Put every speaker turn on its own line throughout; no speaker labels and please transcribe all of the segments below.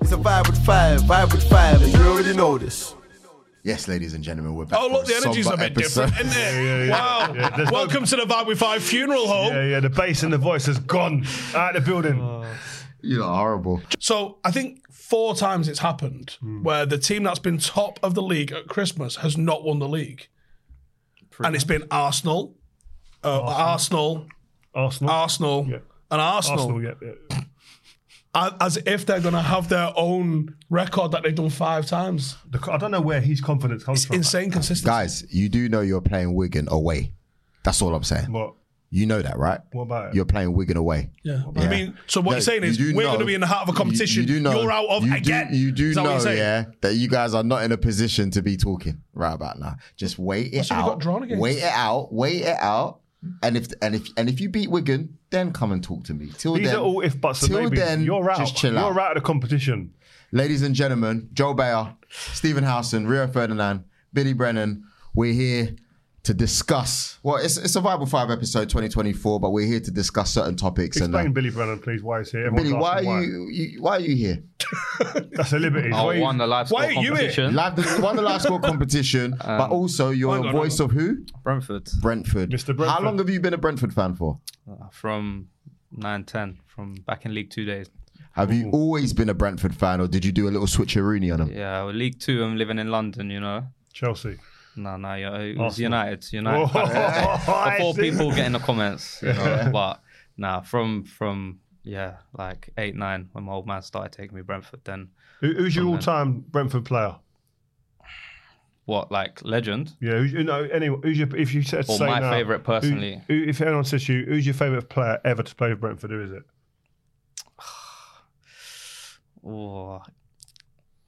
It's a vibe with five, vibe with five, and you already know this.
Yes, ladies and gentlemen, we're back.
Oh, look,
for
the energy's a
somber
bit
episode.
different, isn't it? Wow.
Yeah, there's no-
Welcome to the Vibe with Five funeral home.
Yeah, yeah, the bass and the voice has gone out of the building.
Oh.
You are horrible.
So I think four times it's happened
Hmm.
where the team that's been top of the league at Christmas has not won the league. and it's been Arsenal, uh, Arsenal,
Arsenal.
Arsenal,
Yeah.
and Arsenal,
Arsenal, yeah, yeah.
a- as if they're going to have their own record that they've done five times.
The, I don't know where his confidence comes from.
Insane consistency.
Guys, you do know you're playing Wigan away. That's all I'm saying.
But
You know that, right?
What about it?
You're playing Wigan away.
Yeah. I mean, so what
No,
you're saying is
you do
we're
know-
going to be in the heart of a competition. You,
do know-
are out of
you do-
again.
you do
Is that what
know,
you're saying?
yeah, that you guys are not in a position to be talking right about now. Just wait it
should we
out.
got drawn against?
Wait it out. Wait it out. And if and if and if you beat Wigan, then come and talk to me. Till
these
then,
are all if buts and
till
maybes.
then,
you're out.
Just chill
you're
out.
out of the competition.
Ladies and gentlemen, Joel Bayer, Stephen Howson, Rio Ferdinand, Billy Brennan, we're here to discuss. Well, it's, it's a Bible 5 episode 2024, but we're here to discuss certain topics.
Explain,
and, uh,
Billy Brennan, please, why he's here. Everyone's
Billy, why
asking
are you, you why are you here?
That's a liberty.
I
Why you-
won the live
Why
score
are you here?
competition.
Live the, won the live score competition,
Um,
but also you're
hang
a
on,
voice of who?
Brentford
Brentford.
Mr. Brentford.
How long have you been a Brentford fan for?
uh, from 9-10 from back in League Two days.
Have you always been a Brentford fan, or did you do a little switcheroony on them?
Yeah, well, League Two. I'm living in London. You know.
Chelsea.
No, no, yeah, it was
Arsenal.
United.
Oh,
United. I thought
see.
people get in the comments, you know, but nah, from from yeah, like eight nine when my old man started taking me Brentford, then
Who- Who's
Oh,
your all-time Brentford player?
what like legend?
Yeah, who's, you know, anyone, who's your, if you said
Or
say
my
now,
favourite personally.
Who, who, if anyone says to you, who's your favourite player ever to play with Brentford? Who is it?
Or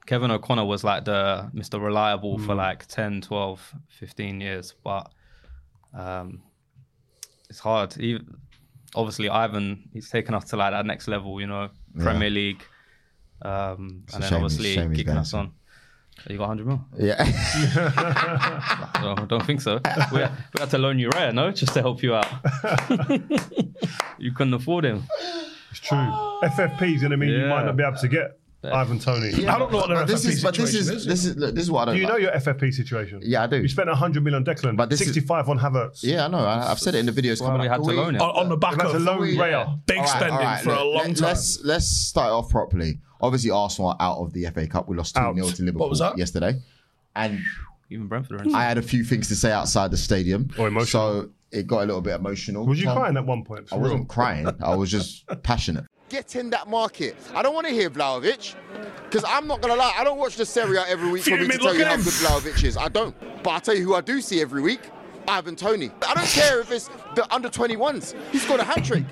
Kevin O'Connor was like the Mr. Reliable
Hmm.
for like 10, 12, 15 years, but um, it's hard. He, obviously, Ivan he's taken us to like that next level, you know, Premier League, um,
a
and then
shame-
obviously
shame he's
kicking us
going
on. You got 100 mil?
Yeah.
No, I don't think so. We, we had to loan you Raya, no? Just to help you out. you couldn't afford him.
It's true. FFP's going to mean you
Yeah.
might not be able to get Ivan Tony.
I don't know what their
But this
FFP
is, but this is,
situation is.
this is, look, this is what I don't
Do you
like.
know your FFP situation?
Yeah, I do.
You spent 100 million on Declan,
But this is-
65 on Havertz.
Yeah, I know. I, I've said it in the videos. coming
we
up.
had to
We-
loan him.
on, on the back
And that's
of
a loan rail.
big
All right,
spending
all right,
for a
look,
long
let-
time.
Let's let's start it off properly. Obviously, Arsenal are out of the FA Cup. We lost two 0
Out.
to Liverpool
was that?
yesterday, and
Even Brentford are in.
I had a few things to say outside the stadium.
Or emotional.
So it got a little bit emotional.
Was you
Um,
crying at one point?
I wasn't crying. I was just passionate.
get in that market. I don't want to hear Vlaovic because I'm not going to lie. I don't watch the Serie A every week for me
Fuming,
to tell
look
you
at
how
him.
good Vlaovic is. I don't. But I'll tell you who I do see every week. Ivan Tony. I don't care if it's the under 21s. He's got a hat trick.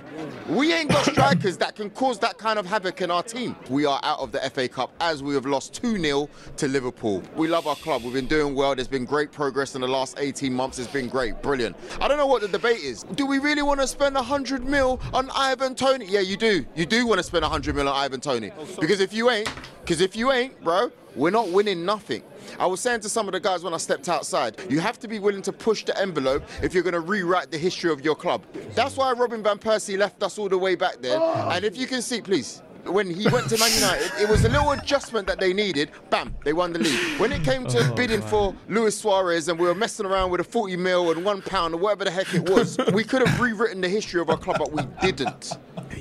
We ain't got strikers that can cause that kind of havoc in our team. We are out of the FA Cup as we have lost 2 0 to Liverpool. We love our club. We've been doing well. There's been great progress in the last 18 months. It's been great. Brilliant. I don't know what the debate is. Do we really want to spend 100 mil on Ivan Tony? Yeah, you do. You do want to spend 100 mil on Ivan Tony. Because if you ain't, because if you ain't, bro, we're not winning nothing. I was saying to some of the guys when I stepped outside, you have to be willing to push the envelope if you're going to rewrite the history of your club. That's why Robin Van Persie left us all the way back there.
Oh.
And if you can see, please. When he went to Man United, it was a little adjustment that they needed. Bam, they won the league. When it came
Oh,
to bidding for Luis Suarez and we were messing around with a 40 mil and one pound or whatever the heck it was, we could have rewritten the history of our club, but we didn't.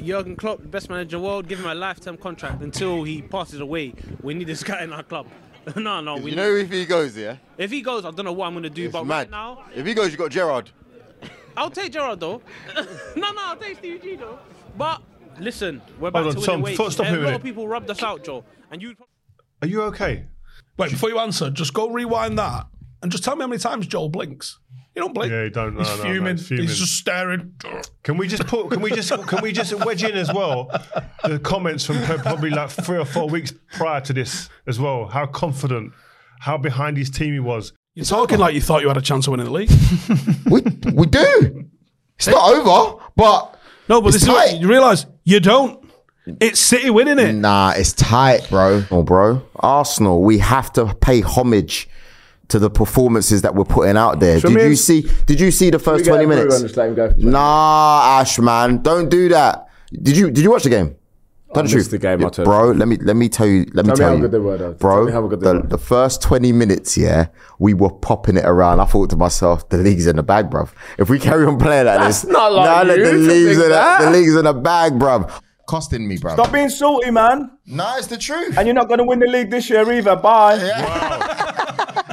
Jurgen Klopp, the best manager in the world, give him a lifetime contract until he passes away. We need this guy in our club. no, no, we
You know, if he goes, yeah,
if he goes, I don't know what I'm gonna do.
it's
But
mad.
right now,
If he goes, you got Gerard.
I'll take Gerard though. no, no, I'll take Stevie G though. But listen, we're back
Hold on,
to
Tom,
winning
stop-
ways.
stop
a
here a
lot
minute.
of people rubbed us out, Joe, and you.
Are you okay?
Wait, before you answer, just go rewind that and just tell me how many times Joel blinks. You don't blame.
Yeah, you don't. No,
He's
no, no,
fuming.
he's fuming.
He's just staring.
Can we just put? Can we just? Can we just wedge in as well the comments from pro- probably like three or four weeks prior to this as well? How confident, how behind his team he was.
You're talking like you thought you had a chance of winning the league.
we we do. It's not over, but
No, but
It's
this is what
tight.
you realise you don't. It's City winning it.
Nah, it's tight, bro. Oh, bro. Arsenal, we have to pay homage to the performances that we're putting out there. did
me
you
and-
see? Did you see the first
get
twenty
a brew
minutes?
and just let him go for 20
nah, Ash, man, don't do that. Did you Did you watch the game? Tell the
missed
truth,
the game, I
Yeah,
tell you.
bro. Let me let me tell you. Let me
Tell me
tell
how
you,
good they were, though.
bro.
Tell me how good they
the,
were.
the first twenty minutes, yeah, we were popping it around. I thought to myself, the league's in the bag, bro. If we carry on playing like
That's
this,
not like
nah, look,
you
the
to
league's
think
in the,
that.
the league's in the bag, bro.
costing me, bro.
Stop being salty, man.
Nah, it's the truth.
And you're not going to win the league this year either. Bye.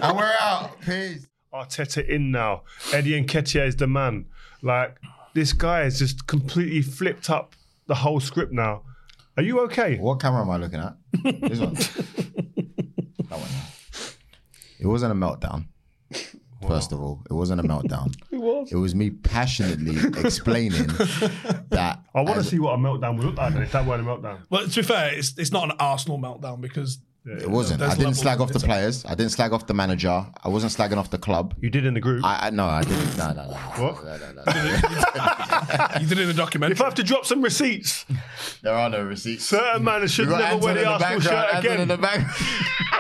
and we're out. Peace.
Arteta in now. Eddie Nketiah is the man. Like this guy has just completely flipped up the whole script now. Are you okay?
What camera am I looking at? This one. that one. It wasn't a meltdown. First of all, it wasn't a meltdown. it was. It was me passionately explaining that
I want to see what a meltdown would look like. then, If that weren't a meltdown,
But to be fair, it's it's not an Arsenal meltdown because
it wasn't.
There's
I didn't
levels
slag off
of
the players. I didn't slag off the manager. I wasn't slagging off the club.
you did in the group.
I, I no, I didn't. No, no, no.
What?
No, no, no, no.
you did it in a documentary.
if I have to drop some receipts,
there are no receipts.
certain man should
We've got
never wear
Anton in the
the Arsenal
background,
shirt
Anton
again.
in the back.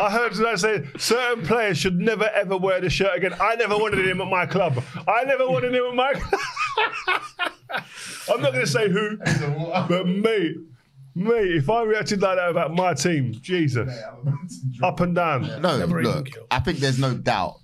I heard that say certain players should never ever wear the shirt again. I never wanted him at my club. I never wanted him at my. I'm not going to say who, but mate, mate, if I reacted like that about my team, Jesus, up and down.
No,
Never even
look,
killed.
I think there's no doubt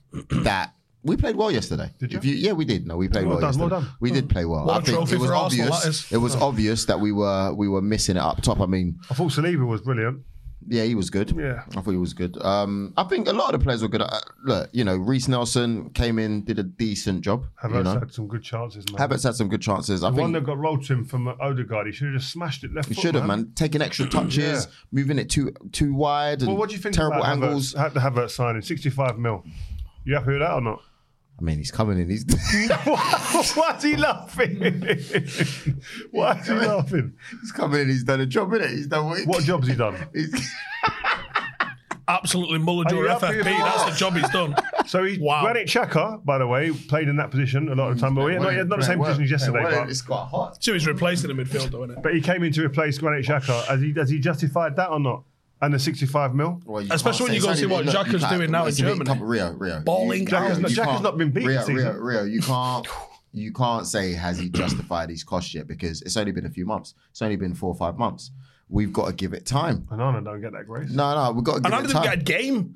that we played well yesterday. Did
you?
yeah, we did. No, we played well,
Well done,
yesterday.
well done.
We did play well.
What
I
a
think
trophy
it was
for
obvious.
Arsenal, that is.
It was obvious that we were we were missing it up top. I mean,
I thought Saliba was brilliant.
yeah, he was good.
Yeah.
I thought he was good. Um, I think a lot of the players were good. Uh, look, you know, Reese Nelson came in, did a decent job. you
Havertz
know,
had some good chances, man.
Havertz had some good chances. I
the one
think
that got rolled to him from Odegaard, he should have just smashed it left.
he
foot,
should have man. taking extra touches,
Yeah.
moving it too too wide, and
Well, what do you think?
terrible
about Havertz-
angles.
Had the Havertz signing, 65 mil. You happy with that or not?
I mean, he's coming in. He's
Why is he laughing? Why is he laughing?
he's coming in. He's done a job in it. He's done what he
What job's he done?
He's-
Absolutely mullered
Are
your
you happy
FFP.
with
That's
that?
the job he's done.
So he
Wow.
Granit Xhaka, by the way, played in that position a lot of the time. But yeah, not, not the same position as yesterday, but,
it's quite hot.
So he's replacing the midfield, though, isn't it?
but he came in to replace Granit Xhaka. Has he, has he justified that or not? And the 65 mil?
Well,
Especially when you
can't
go
say-
and see what
look, you
Xhaka's
can't-
doing now in
listen, you
Germany.
can't- Rio, Rio.
Balling
you-
out.
Rio,
Xhaka's
you
not- Xhaka's
can't-
not been beaten
Rio,
this season.
Rio, Rio, you can't. You can't say has he justified his cost yet because it's only been a few months. It's only been four or five months. We've got to give it time.
Banana don't get that grace.
No, no, we've got to give
And I
it
didn't
time.
get a game.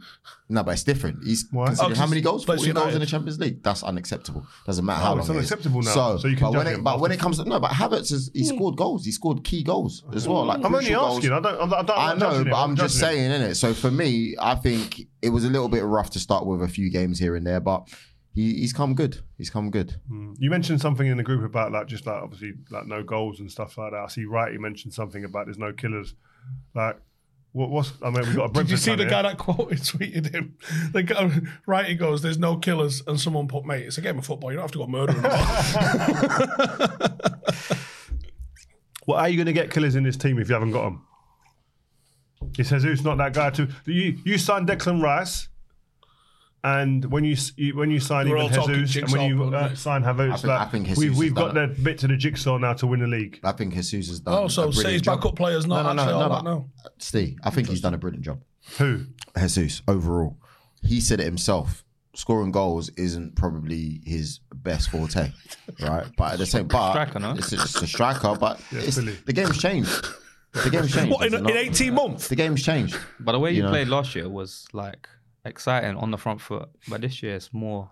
No, but it's different. He's
Why?
considering
Oh, 'cause
how many goals?
that's
Forty goals in the
United.
Champions League. That's unacceptable. Doesn't matter how
Oh,
long
it's
it is.
unacceptable now.
So,
So you can
but when
judge
it,
him
but when it
after.
comes to no, but Havertz has he scored goals. He scored key goals as well. Like
I'm only
crucial goals.
asking. I don't. I'm, I don't
I
I'm
know,
judging him,
but I'm just
judging him.
saying, innit? So for me, I think it was a little bit rough to start with a few games here and there, but he, he's come good. He's come good.
You mentioned something in the group about like just like obviously like no goals and stuff like that. I see right. You mentioned something about there's no killers. Like what, what's? I mean, we got a Brentford.
Did you see
fan
the
here.
guy that quoted tweeted him? The guy, right, he goes, "There's no killers," and someone put, "Mate, it's a game of football. You don't have to go murdering." them."
Well, are you going to get killers in this team if you haven't got them? He says, "Who's not that guy?" To you, you signed Declan Rice, and when you, s- you when you sign
We're
even
all talking
Jesus, and when
jigsaw,
you uh,
aren't we?
sign
I
Havertz,
think- I
like,
think Jesus
we've
has
we've
done
got the bit to the jigsaw now to win the league.
I think Jesus has done.
oh,
a
so
brilliant
City's
job.
backup players not
No, no,
actually
no,
all
no,
that
but-
now.
Steve, I think he's done a brilliant job.
Who?
Jesus, overall, he said it himself. Scoring goals isn't probably his best forte, right? But at the same, but
Striker, no?
it's, it's a striker. But it's,
Billy.
the game's changed. The game's changed.
What in,
There's a
in
lot-
eighteen months?
the game's changed.
But the way you,
You know.
played last year was like exciting on the front foot, but this year it's more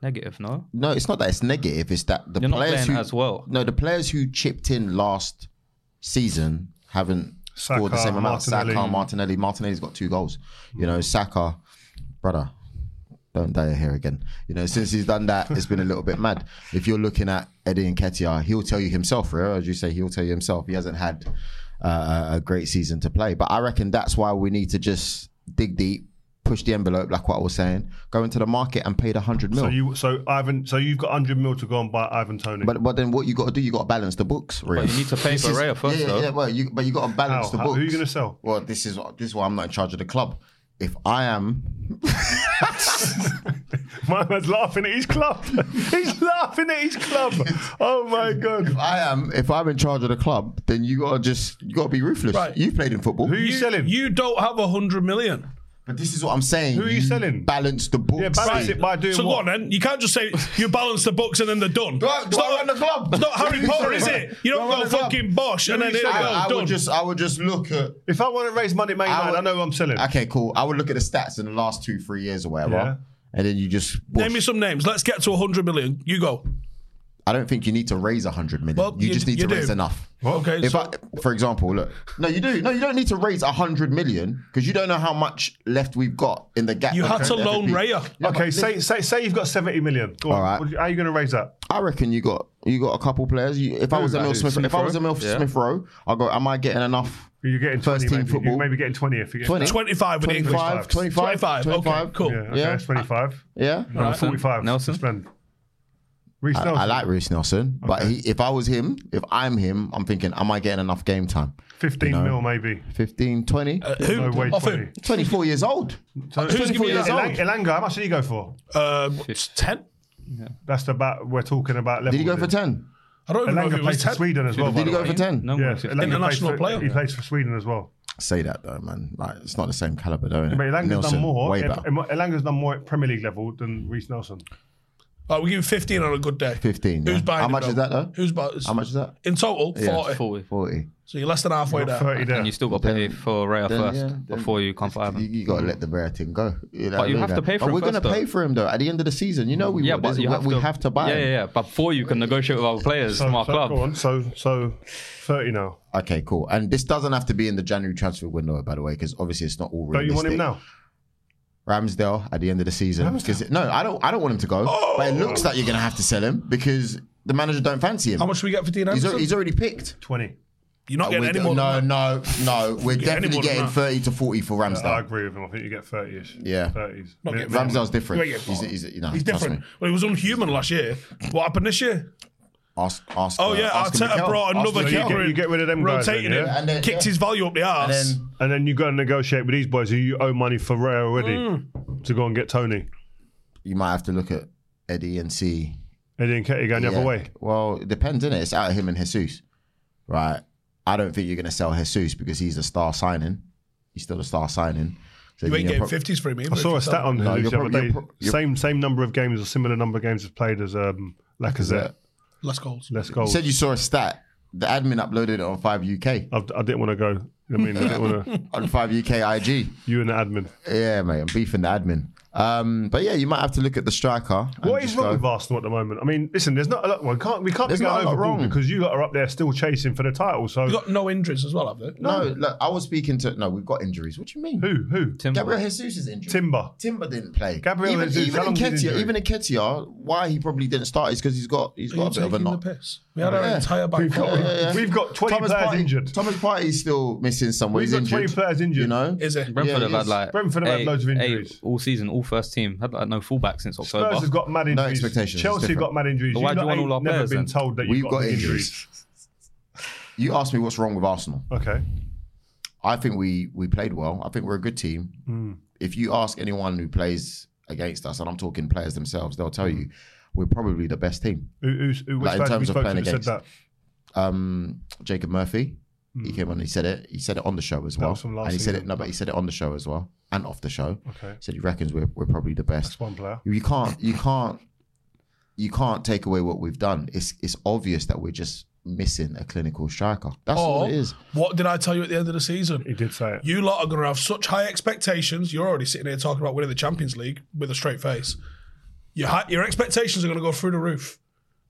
negative, no?
No, it's not that it's negative. It's that the
You're not
players
playing
who
as well.
No, the players who chipped in last season haven't scored the
Saka,
same amount. Saka,
Martinelli.
Martinelli, Martinelli's got two goals. You know, Saka, brother, don't die here again. You know, since he's done that, it's been a little bit mad. If you're looking at Eddie and Ketia, he'll tell you himself. Rio, as you say, he'll tell you himself. He hasn't had uh, a great season to play, but I reckon that's why we need to just dig deep, push the envelope, like what I was saying, go into the market and pay the hundred mil.
So you, so Ivan, so you've got hundred mil to go and buy Ivan Tony.
but but then what you got to do? You got to balance the books. Really.
But you need to pay for Raya first,
yeah, yeah,
though.
yeah. Well, you, but you got to balance
How?
the
How-
books.
who you gonna sell?
Well, this is what- this is why I'm not in charge of the club. If I am,
my man's laughing at his club. He's laughing at his club. Oh my god.
if I am, if I'm in charge of the club, then you gotta just you gotta be ruthless.
Right.
You played in football,
Who you, selling?
You don't have a hundred million.
but this is what I'm saying.
Who are you selling?
Balance the books.
yeah, balance it by doing
So
what?
go on then. You can't just say you balance the books and then they're done.
I- do
It's
I
not-
run the club?
It's not Harry
Do I
Potter,
run
is
the
it?
club?
You
Do
don't
I run
go
the club?
fucking bosh and
Let
then
me
it
say that.
I, I
go
would
done.
just I would just look at.
If I want to raise money, man, I,
would-
know I'm selling.
Okay, cool. I would look at the stats in the last two, three years or whatever,
Yeah.
and then you just.
Name me some names. Let's get to hundred million. You go.
I don't think you need to raise a hundred million.
Well,
you,
you
just
d-
need
you
to
do.
raise enough.
Okay.
If
so-
I, for example, look, no, you do. No, you don't need to raise a hundred million because you don't know how much left we've got in the gap.
You had to
between
loan
everything.
Raya.
Yeah,
okay,
but
say, say say you've got 70 million. Go on.
All right.
What do you- How are you going to raise that?
I reckon you got you got a couple players. You, if I
Who?
was Emil
Like who?
Smith, if I was
Smith Rowe?
Emil
Yeah.
Smith Rowe, I go. Am I getting enough?
You're getting 20
First team
maybe.
football.
You're maybe getting 20 if you get
20?
25 with English.
25, 25,
25. Okay, cool.
Yeah, okay,
Yeah. Uh,
that's 25.
Yeah,
No, 45.
Nelson?
to spend. Reece
I,
Nelson.
I like Reece Nelson, but he, if I was him, if I'm him, I'm thinking, am I getting enough game time?
15 mil maybe.
15, 20?
Uh, Who?
No way,
Off who?
20.
24 years old.
Who's giving you
years
that?
old.
Elang- Elanga, how much did he go for?
Uh, it's 10?
That's the bat we're talking about.
Did he go for 10?
I don't even know if
Elanga
it was
plays for
10.
Sweden as well. by
Did he
the
go
way.
for 10?
No,
Yeah,
more
Elanga
15.
plays
International
for-
player.
He plays for Sweden as well.
Say that though, man. Like it's not the same caliber though.
But Elanga's done more.
Way
Em-
better.
Em- Elanga's done more at Premier League level than Reece Nelson.
All right, we give you 15 on a good day.
15, yeah.
Who's buying
How
it,
much
bro?
is that, though?
Who's buying
How much is that?
In total, 40.
40.
40.
So you're less than halfway
Got
there.
30 there.
And you still got to pay
Then-
for Raya
Then,
first
yeah, then
before you come for
You,
Ivan.
you gotta let the Vera thing go. You know
But you
what I
have
mean?
to pay for
But
him
We're
first,
gonna pay
though.
for him though. At the end of the season, you know we
Yeah,
will.
but
This is
you
what
have
we
to,
have to buy
Yeah,
him.
yeah, yeah. But before you can negotiate with other players from our
so,
club.
Go on. So, so 30 now.
Okay, cool. And this doesn't have to be in the January transfer window, by the way, because obviously it's not all
Don't
realistic.
you want him now?
Ramsdale at the end of the season. Because no, I don't. I don't want him to go. But it looks
Oh!
like you're gonna have to sell him because the manager don't fancy him.
How much do we get for Dean
He's,
Anderson?
al- he's already picked.
20.
you're not
We
getting any
do-
more.
no,
than that.
Uh, no, no. We're
get any
definitely
more than
getting
that.
30 to 40 for
I
Ramsdale.
agree with him. I think you get 30ish.
Oh. Yeah.
30s.
Not get
Minimum.
Ramsdale's different.
Yeah, yeah,
He's, he's, you know,
He's
trust
different.
me.
Well, he was unhuman last year. What happened this year?
Ask, ask,
Oh,
uh,
yeah,
ask
Arteta
Mikel. Ask
brought another
Mikel.
you
keeper
get-
in,
you get rid of them guys
rotating
then,
him,
yeah?
And then-
kicked
yeah.
his value up the
And
arse.
then
And then you got to negotiate with these boys who you owe money for Ray already to go and get Tony.
you might have to look at Eddie and see.
Eddie and Ketty going the
Yeah.
other way.
Well, it depends, innit? It's out of him and Jesus, right? I don't think you're going to sell Jesus because he's a star signing. He's still a star signing. So
you ain't
you're
getting
pro-
50s for him.
I saw a stat on
No,
no, the
you're
other
prob-
day.
you're pro- you're-
same same number of games or similar number of games as played as um, Lacazette.
Less goals.
Let's go.
You said you saw a stat. The admin uploaded it on 5UK,
I, I didn't want to go. I mean, I didn't want to.
on 5UK IG.
You and the admin.
Yeah, mate, I'm beefing the admin. Um, but yeah, you might have to look at the striker. and
What is
just
wrong
go-
with Arsenal at the moment? I mean, listen, there's not a lot. We can't we can't
There's
be
not a lot
overboard
wrong.
because you lot are up there still chasing for the title. So
They've got no injuries as well, have they?
No, look, I was speaking to. No, we've got injuries. What do you mean?
who who
Gabriel Jesus is injured.
Timber?
Timber didn't play.
Gabriel
even,
Jesus,
even
how long was his
Nketiah,
injury?
even Nketiah, why he probably didn't start is because he's got he's
Are you
got a bit of a
taking the
knock.
piss? We had our
Yeah.
entire back
We've got,
four.
we've got 20 players
Partey,
injured.
Thomas Partey's still missing somewhere.
We've
He's
got
injured.
20 players injured.
You know,
Is it?
Brentford
Yeah,
have
it
had
is.
like
Brentford have had
eight-
loads of
eight
injuries.
all season, all first team had like no fullback since October.
Spurs have got mad injuries.
expectations,
Chelsea
it's
have got mad injuries.
But why
you
do you
lot
want
ain't
all our
never
players
been
then?
told that
we've
you've
got,
big
injuries. You asked me what's wrong with Arsenal.
Okay.
I think we we played well. I think we're a good team.
Mm.
If you ask anyone who plays against us, and I'm talking players themselves, they'll
Mm.
tell you we're probably the best team.
Who, who's, who, which
Like, in
player we
terms of
spoke to
playing
that said
against.
that?
um, Jacob Murphy. He came on. He said it. He said it on the show as well.
Mm. was from last
and he said it.
season.
No, but he said it on the show as well and off the show.
Okay.
Said he reckons we're we're probably the best.
That's one player.
You can't. You can't. You can't take away what we've done. It's it's obvious that we're just missing a clinical striker. That's all
Or
it is.
what did I tell you at the end of the season?
He did say it.
You lot are going to have such high expectations. You're already sitting here talking about winning the Champions League with a straight face. Your hi- your expectations are going to go through the roof.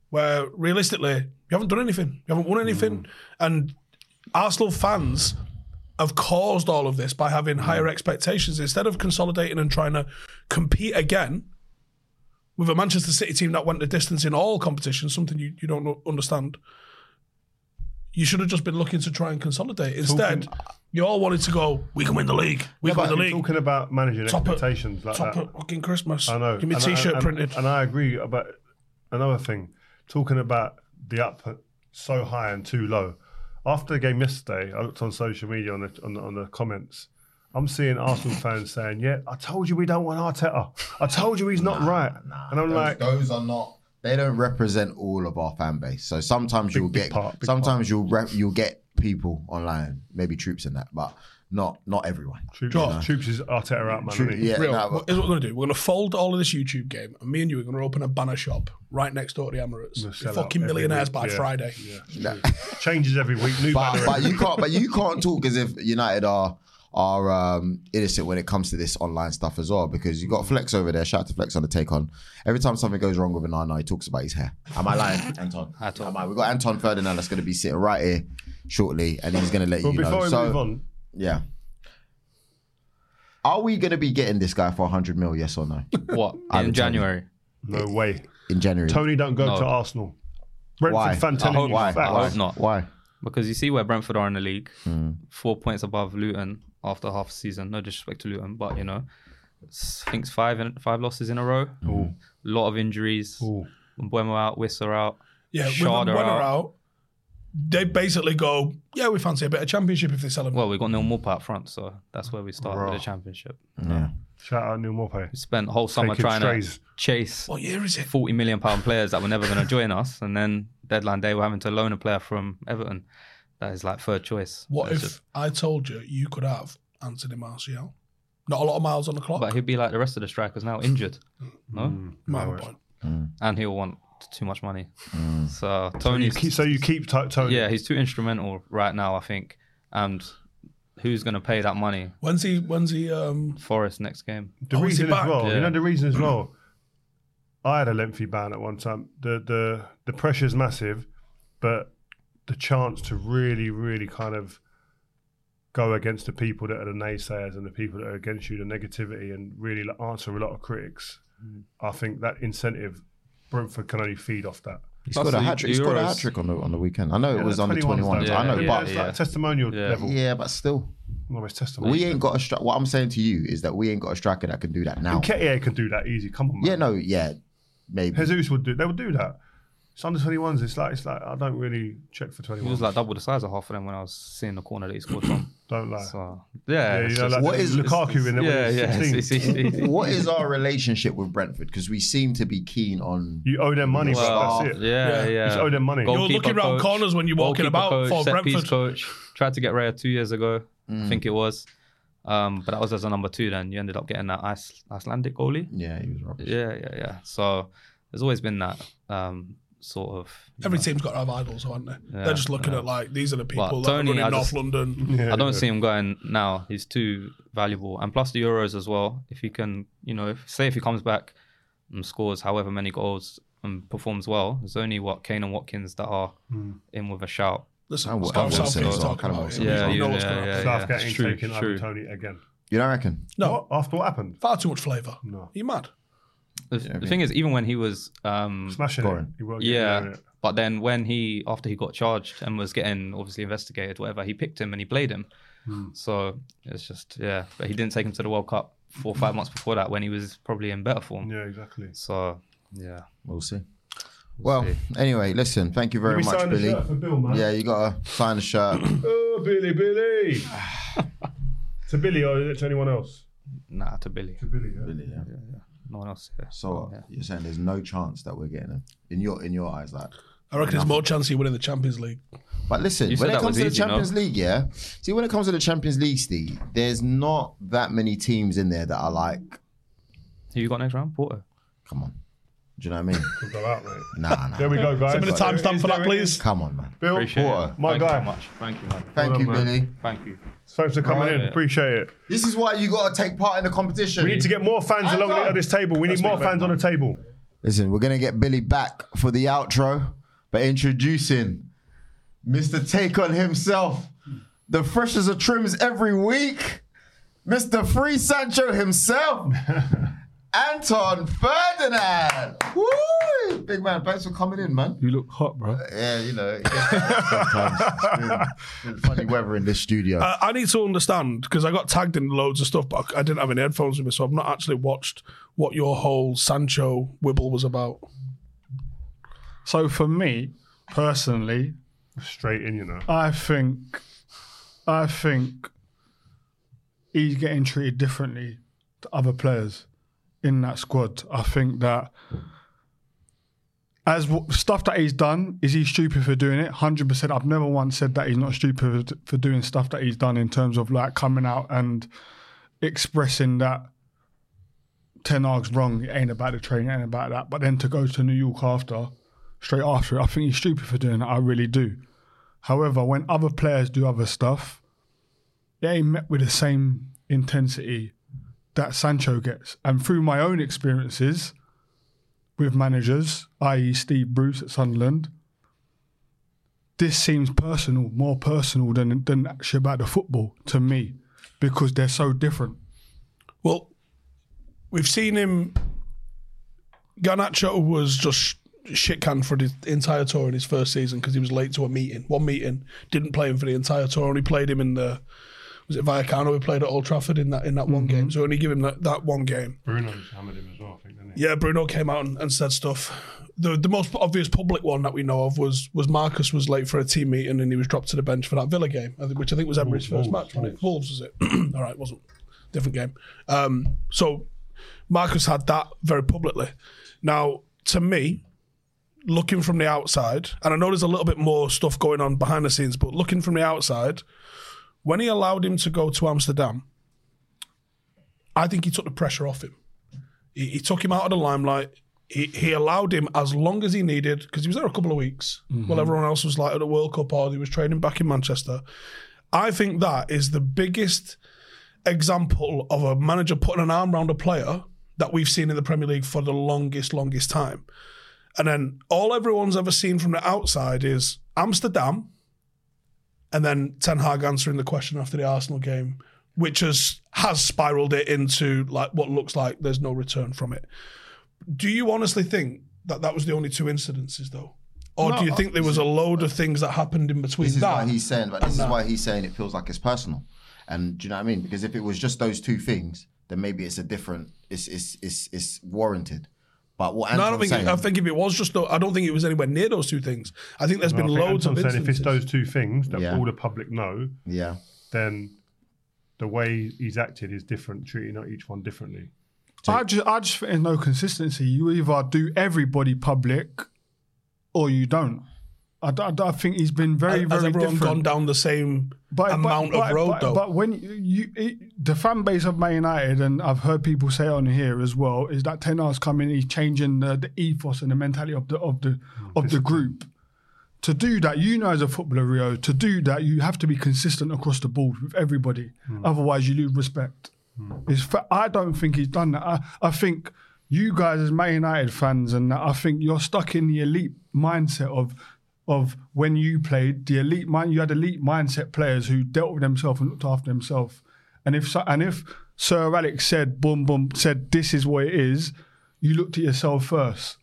Where realistically, you haven't done anything. You haven't won anything,
Mm.
and Arsenal fans have caused all of this by having
Mm.
higher expectations instead of consolidating and trying to compete again with a Manchester City team that went the distance in all competitions. Something you, you don't know- understand. You should have just been looking to try and consolidate instead. You all wanted to go. We can win the league. We can win the
We're
league.
talking about managing
Top it.
expectations like
Top
that.
at fucking Christmas.
I know.
Give me a
And I-
t-shirt
and-
printed.
And I agree about another thing. Talking about the up so high and too low. After the game yesterday, I looked on social media on the on the, on the comments. I'm seeing Arsenal fans saying, "Yeah, I told you we don't want Arteta. I told you he's not right." and I'm
those,
like,
those are not. They don't represent all of our fan base. So sometimes you'll
big
get,
part, big
sometimes you'll rep, you'll get people online, maybe troops and that, but not not everyone.
Troops,
Josh.
Troops is Arteta out, man.
Troop-
isn't he?
yeah,
Real.
nah,
What-
but-
here's what we're going to do. We're going to fold all of this YouTube game, and me and you are going to open a banner shop right next door to the Emirates.
We'll
Be
sell out
fucking
every
millionaires
week,
by
yeah.
Friday.
Changes every week. New
but,
banner
but
every
you can't but you can't talk as if United are are um, innocent when it comes to this online stuff as well because you got Flex over there. Shout out to Flex on the take on. Every time something goes wrong with Anana, he talks about his hair. Am I lying, Anton?
Anton.
Am I? We got Anton Ferdinand that's going to be sitting right here shortly, and he's going to let
But
you
before
know.
we
So,
move on,
Yeah. Are we going to be getting this guy for 100 mil? Yes or no?
What
I
in
would tell you.
January?
no way.
In January.
Tony, don't go
No.
to Arsenal. Brentford
Why?
fan
I
telling
hope-
you
why?
facts.
I hope not.
Why?
Because you see where Brentford are in the league,
Hmm.
four points above Luton after half a season. No disrespect to Luton, but you know, it's- I think it's five in, five losses in a row. A lot of injuries.
Ooh.
Mbeumo out, Whistler out.
Yeah, with
Shaw,
them
they're
winner
out.
out. they basically go, yeah, we fancy a bit of championship if they sell him.
Well, we got Neil Morpa up front, so that's where we start with the championship.
Shout out Neil Morpay.
We spent the whole summer
Taking
trying
strays.
to chase
what year is it?
forty million pound players that were never going to join us, and then deadline day we're having to loan a player from Everton. That is like third choice.
What
That's
if
just-
I told you you could have Anthony Martial? Not a lot of miles on the clock.
But he'd be like the rest of the strikers now, injured. No.
My point.
and he'll want too much money. So Tony,
You keep, Hmm. so you keep t- Tony.
yeah, he's too instrumental right now, I think. And who's going to pay that money?
When's he? When's he? Um,
Forest next game.
The
Oh, is he
reason as
back?
well, you
Yeah.
know, the reason as well. I had a lengthy ban at one time. The the the pressure's massive, but the chance to really, really kind of go against the people that are the naysayers and the people that are against you, the negativity, and really like, answer a lot of critics.
Mm.
I think that incentive, Brentford can only feed off that.
He scored a
the
hat trick. He scored a
Euros.
hat trick on the on the weekend. I know it
Yeah,
was
that
on the
21
21s.
's though.
I know,
yeah,
but
it's
yeah.
like testimonial
Yeah.
level.
yeah, but still,
Well, it's testimonial.
we ain't got a striker. What I'm saying to you is that we ain't got a striker that can do that now.
Nketiah can do that easy. Come on, man.
Yeah, no, yeah, maybe.
Jesus would do. They would do that. It's under twenty ones. It's like it's like I don't really check for twenty
He
ones.
was like double the size of half of them when I was seeing the corner that he scored from.
don't lie.
So yeah,
yeah,
it's
you know,
just-
like
What
what
is-
is Lukaku in there?
yeah, yeah.
when he was
it's-
16.
it's- it's-
what is our relationship with Brentford? Because we seem to be keen on.
You owe them money,
well,
bro. That's it.
Yeah, yeah.
Just owe them money.
Goal-
you're
Goalkeeper
looking round
coach,
corners when you're walking
Goalkeeper
about
coach,
for
set piece
Brentford. Mm.
coach. Tried to get Raya two years ago, I think it was. Um, but that was as a number two. Then you ended up getting that Ice- Icelandic goalie.
Yeah, he was rubbish.
Yeah, yeah, yeah. So there's always been that um, sort of. you
Every
know.
team's got to have idols, haven't they?
Yeah,
They're just looking
yeah.
at like these are the people
Well,
that
Tony,
are running
I
North
just-
London.
Yeah,
I don't
yeah.
see him going now. He's too valuable, and plus the Euros as well. If he can, you know, if, say if he comes back and scores however many goals and performs well, there's only what Kane and Watkins that are in with a shout.
Listen,
And what-
Scott
and Wilson
Southgate's
as well,
talking
Callum
about it.
Wilson
as well.
You know
Yeah,
what's
yeah,
going to
yeah,
happen.
yeah.
Southgate
it's
ain't
true,
taking
true.
Ivan Tony again.
You don't reckon?
No,
What? After what happened?
far too much flavour.
No.
You mad?
The, the thing is, even when he was, um,
Smashing it.
Scoring.
He won't get near
yeah,
it.
but then when he after he got charged and was getting obviously investigated, whatever, he picked him and he played him. Hmm. So it's just yeah, but he didn't take him to the World Cup four or five months before that when he was probably in better form.
Yeah, exactly.
So yeah.
We'll see. Well, anyway, listen. Thank you very
We
much,
signed a
Billy.
shirt for Bill, man.
Yeah, you gotta sign the shirt.
Oh, Billy, Billy. to Billy or is it to anyone else?
Nah, to Billy.
Billy. Yeah.
No one else. Yeah.
So uh, you're saying there's no chance that we're getting him in your in your eyes, like.
I reckon there's more chance he winning the Champions League.
But listen,
You
when
said
it
that
comes
was
to the
easy, no?
Champions League, yeah. See, when it comes to the Champions League, Steve, there's not that many teams in there that are like,
Who you got next round? Porter.
come on. Do you know what I mean?
We'll go out, mate.
nah, nah.
There we go, guys.
Send me the timestamp
Is
for
there
that,
any-
please.
Come on, man.
Bill,
Appreciate
Porter.
it.
My
Thank
guy.
You so much. Thank you, man.
Thank
Well
you,
done, man.
Billy.
Thank you.
thanks for coming in. Appreciate it.
This is why you gotta take part in the competition.
We need to get more fans along at this table. We need more fans on the table.
Listen, we're gonna get Billy back for the outro, but introducing Mr. Take on himself, the freshest of trims every week, Mr. Free Sancho himself, Anton Ferdinand. Woo! Big man, thanks for coming in, man.
You look hot, bro.
Yeah, you know, it gets sometimes. It's been, been funny weather in this studio.
Uh, I need to understand because I got tagged in loads of stuff, but I didn't have any headphones with me, so I've not actually watched what your whole Sancho wibble was about.
So for me, personally,
Straight in, you know.
I think, I think he's getting treated differently to other players in that squad. I think that as w- stuff that he's done, is he stupid for doing it? Hundred percent. I've never once said that he's not stupid for- for doing stuff that he's done in terms of like coming out and expressing that Ten Hag's wrong. It ain't about the training, it ain't about that. But then to go to New York after, straight after, it, I think he's stupid for doing that. I really do. However, when other players do other stuff, they ain't met with the same intensity that Sancho gets. And through my own experiences with managers, i.e., Steve Bruce at Sunderland, this seems personal, more personal than than actually about the football to me, because they're so different.
Well, we've seen him. Garnacho was just shit canned for the entire tour in his first season because he was late to a meeting. One meeting didn't play him for the entire tour. Only played him in the was it Viacano? We played at Old Trafford in that in that one game. So only give him that, that one game.
Bruno's hammered him as well, I think, didn't he?
Yeah, Bruno came out and, and said stuff. The the most obvious public one that we know of was was Marcus was late for a team meeting and he was dropped to the bench for that Villa game, I think- which I think was Emery's first match. wasn't it? Wolves was it? All right, wasn't different game. Um, so Marcus had that very publicly. Now, to me, looking from the outside, and I know there's a little bit more stuff going on behind the scenes, but looking from the outside, when he allowed him to go to Amsterdam, I think he took the pressure off him. He, he took him out of the limelight. He, he allowed him as long as he needed because he was there a couple of weeks while everyone else was like at the World Cup or he was training back in Manchester. I think that is the biggest example of a manager putting an arm around a player that we've seen in the Premier League for the longest, longest time. And then all everyone's ever seen from the outside is Amsterdam, and then Ten Hag answering the question after the Arsenal game, which has has spiraled it into like what looks like there's no return from it. Do you honestly think that that was the only two incidences though, or do you think there was a load of things that happened in between
this is why
that?
he's saying, but this is why he's saying it feels like it's personal. And do you know what I mean? Because if it was just those two things, then maybe it's a different. It's it's it's it's warranted. But what
no,
Anton's
I don't think.
saying,
I think if it was just, I don't think it was anywhere near those two things. I think there's
Well,
been
I think
loads of
Anton said
incidences.
if it's those two things that
Yeah.
all the public know,
yeah,
then the way he's acted is different, treating each one differently.
I just, I just think there's no consistency. You either do everybody public, or you don't. I, d- I d- I think he's been very,
Has
very
everyone
different.
gone down the same amount
but,
of road
but,
though?
But when you, you it, the fan base of Man United, and I've heard people say on here as well, is that Ten Hag's coming, he's changing the, the ethos and the mentality of the of the of the group. To do that, you know, as a footballer, Rio, to do that, you have to be consistent across the board with everybody. Otherwise, you lose respect. It's fa- I don't think he's done that. I, I think you guys as Man United fans, and that, I think you're stuck in the elite mindset of of when you played the elite mind. You had elite mindset players who dealt with themselves and looked after themselves. And if so- and if Sir Alex said boom boom said this is what it is, you looked at yourself first.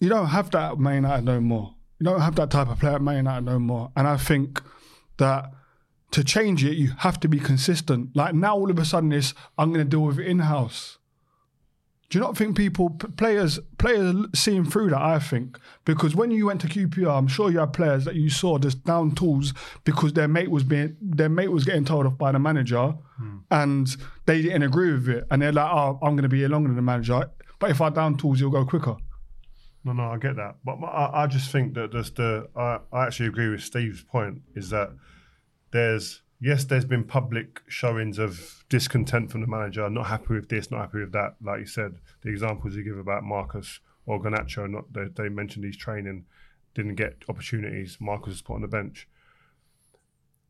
You don't have that at Man United no more. You don't have that type of player at Man United no more. And I think that to change it, you have to be consistent. Like now, all of a sudden, it's I'm going to deal with it in house. Do you not think people, p- players, players are seeing through that? I think because when you went to QPR, I'm sure you had players that you saw just down tools because their mate was being, their mate was getting told off by the manager, and they didn't agree with it, and they're like, "Oh, I'm going to be here longer than the manager, but if I down tools, you'll go quicker."
No, no, I get that, but my, I, I just think that there's the I, I actually agree with Steve's point is that there's yes, there's been public showings of discontent from the manager, not happy with this, not happy with that. Like you said, the examples you give about Marcus or Ganacho, not they, they mentioned he's training, didn't get opportunities. Marcus was put on the bench.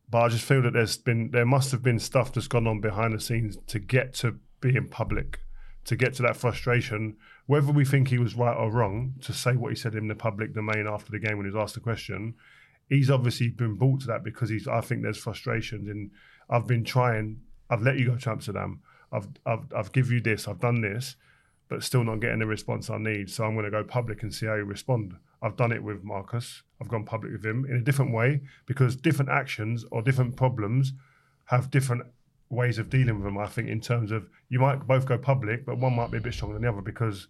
But I just feel that there's been there must have been stuff that's gone on behind the scenes to get to being public, to get to that frustration. Whether we think he was right or wrong to say what he said in the public domain after the game when he was asked the question, he's obviously been brought to that because he's. I think there's frustrations in. I've been trying. I've let you go to Amsterdam. I've I've I've give you this, I've done this, but still not getting the response I need. So I'm going to go public and see how you respond. I've done it with Marcus. I've gone public with him in a different way because different actions or different problems have different ways of dealing with them. I think in terms of you might both go public, but one might be a bit stronger than the other because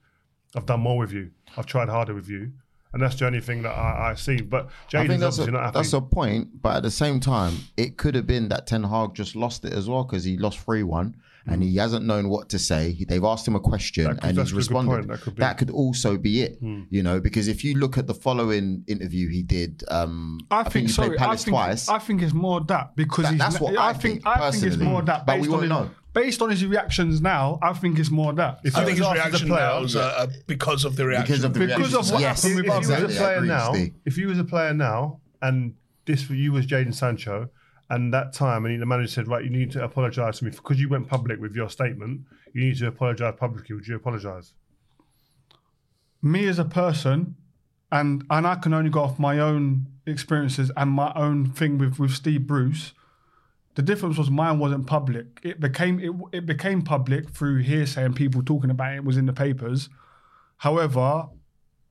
I've done more with you. I've tried harder with you. And that's the only thing that I, I see. But
I think
Jaden's
that's
obviously
a,
not happy.
that's a point, but at the same time, it could have been that Ten Hag just lost it as well because he lost 3 1 and he hasn't known what to say. He- They've asked him a question
Mm. That could-
and
that's
he's
a good
responded.
point. That could be- Mm.
also be it, you know, because if you look at the following interview he did, um, I, think, he played
sorry,
Palace
I think,
twice.
I think it's more that because
That-
he's.
that's what I think
I think it's
personally.
more that
But
based
we
on
won't
his,
know.
based on his reactions now. I think it's more that.
If
I
you
think
was
his
asked as a
reaction
player-
now is uh, uh, because of the reaction.
because of the
Because of
reactions.
what
yes,
happened with
if you was a
exactly, I
player
agree with
now,
Steve.
if you was a player now, and this you was Jaden Sancho, and that time, and the manager said, right, you need to apologise to me because you went public with your statement. You need to apologise publicly. Would you apologise?
me as a person, and and I can only go off my own experiences and my own thing with with Steve Bruce. The difference was mine wasn't public. It became it it became public through hearsay and people talking about it. It was in the papers. However,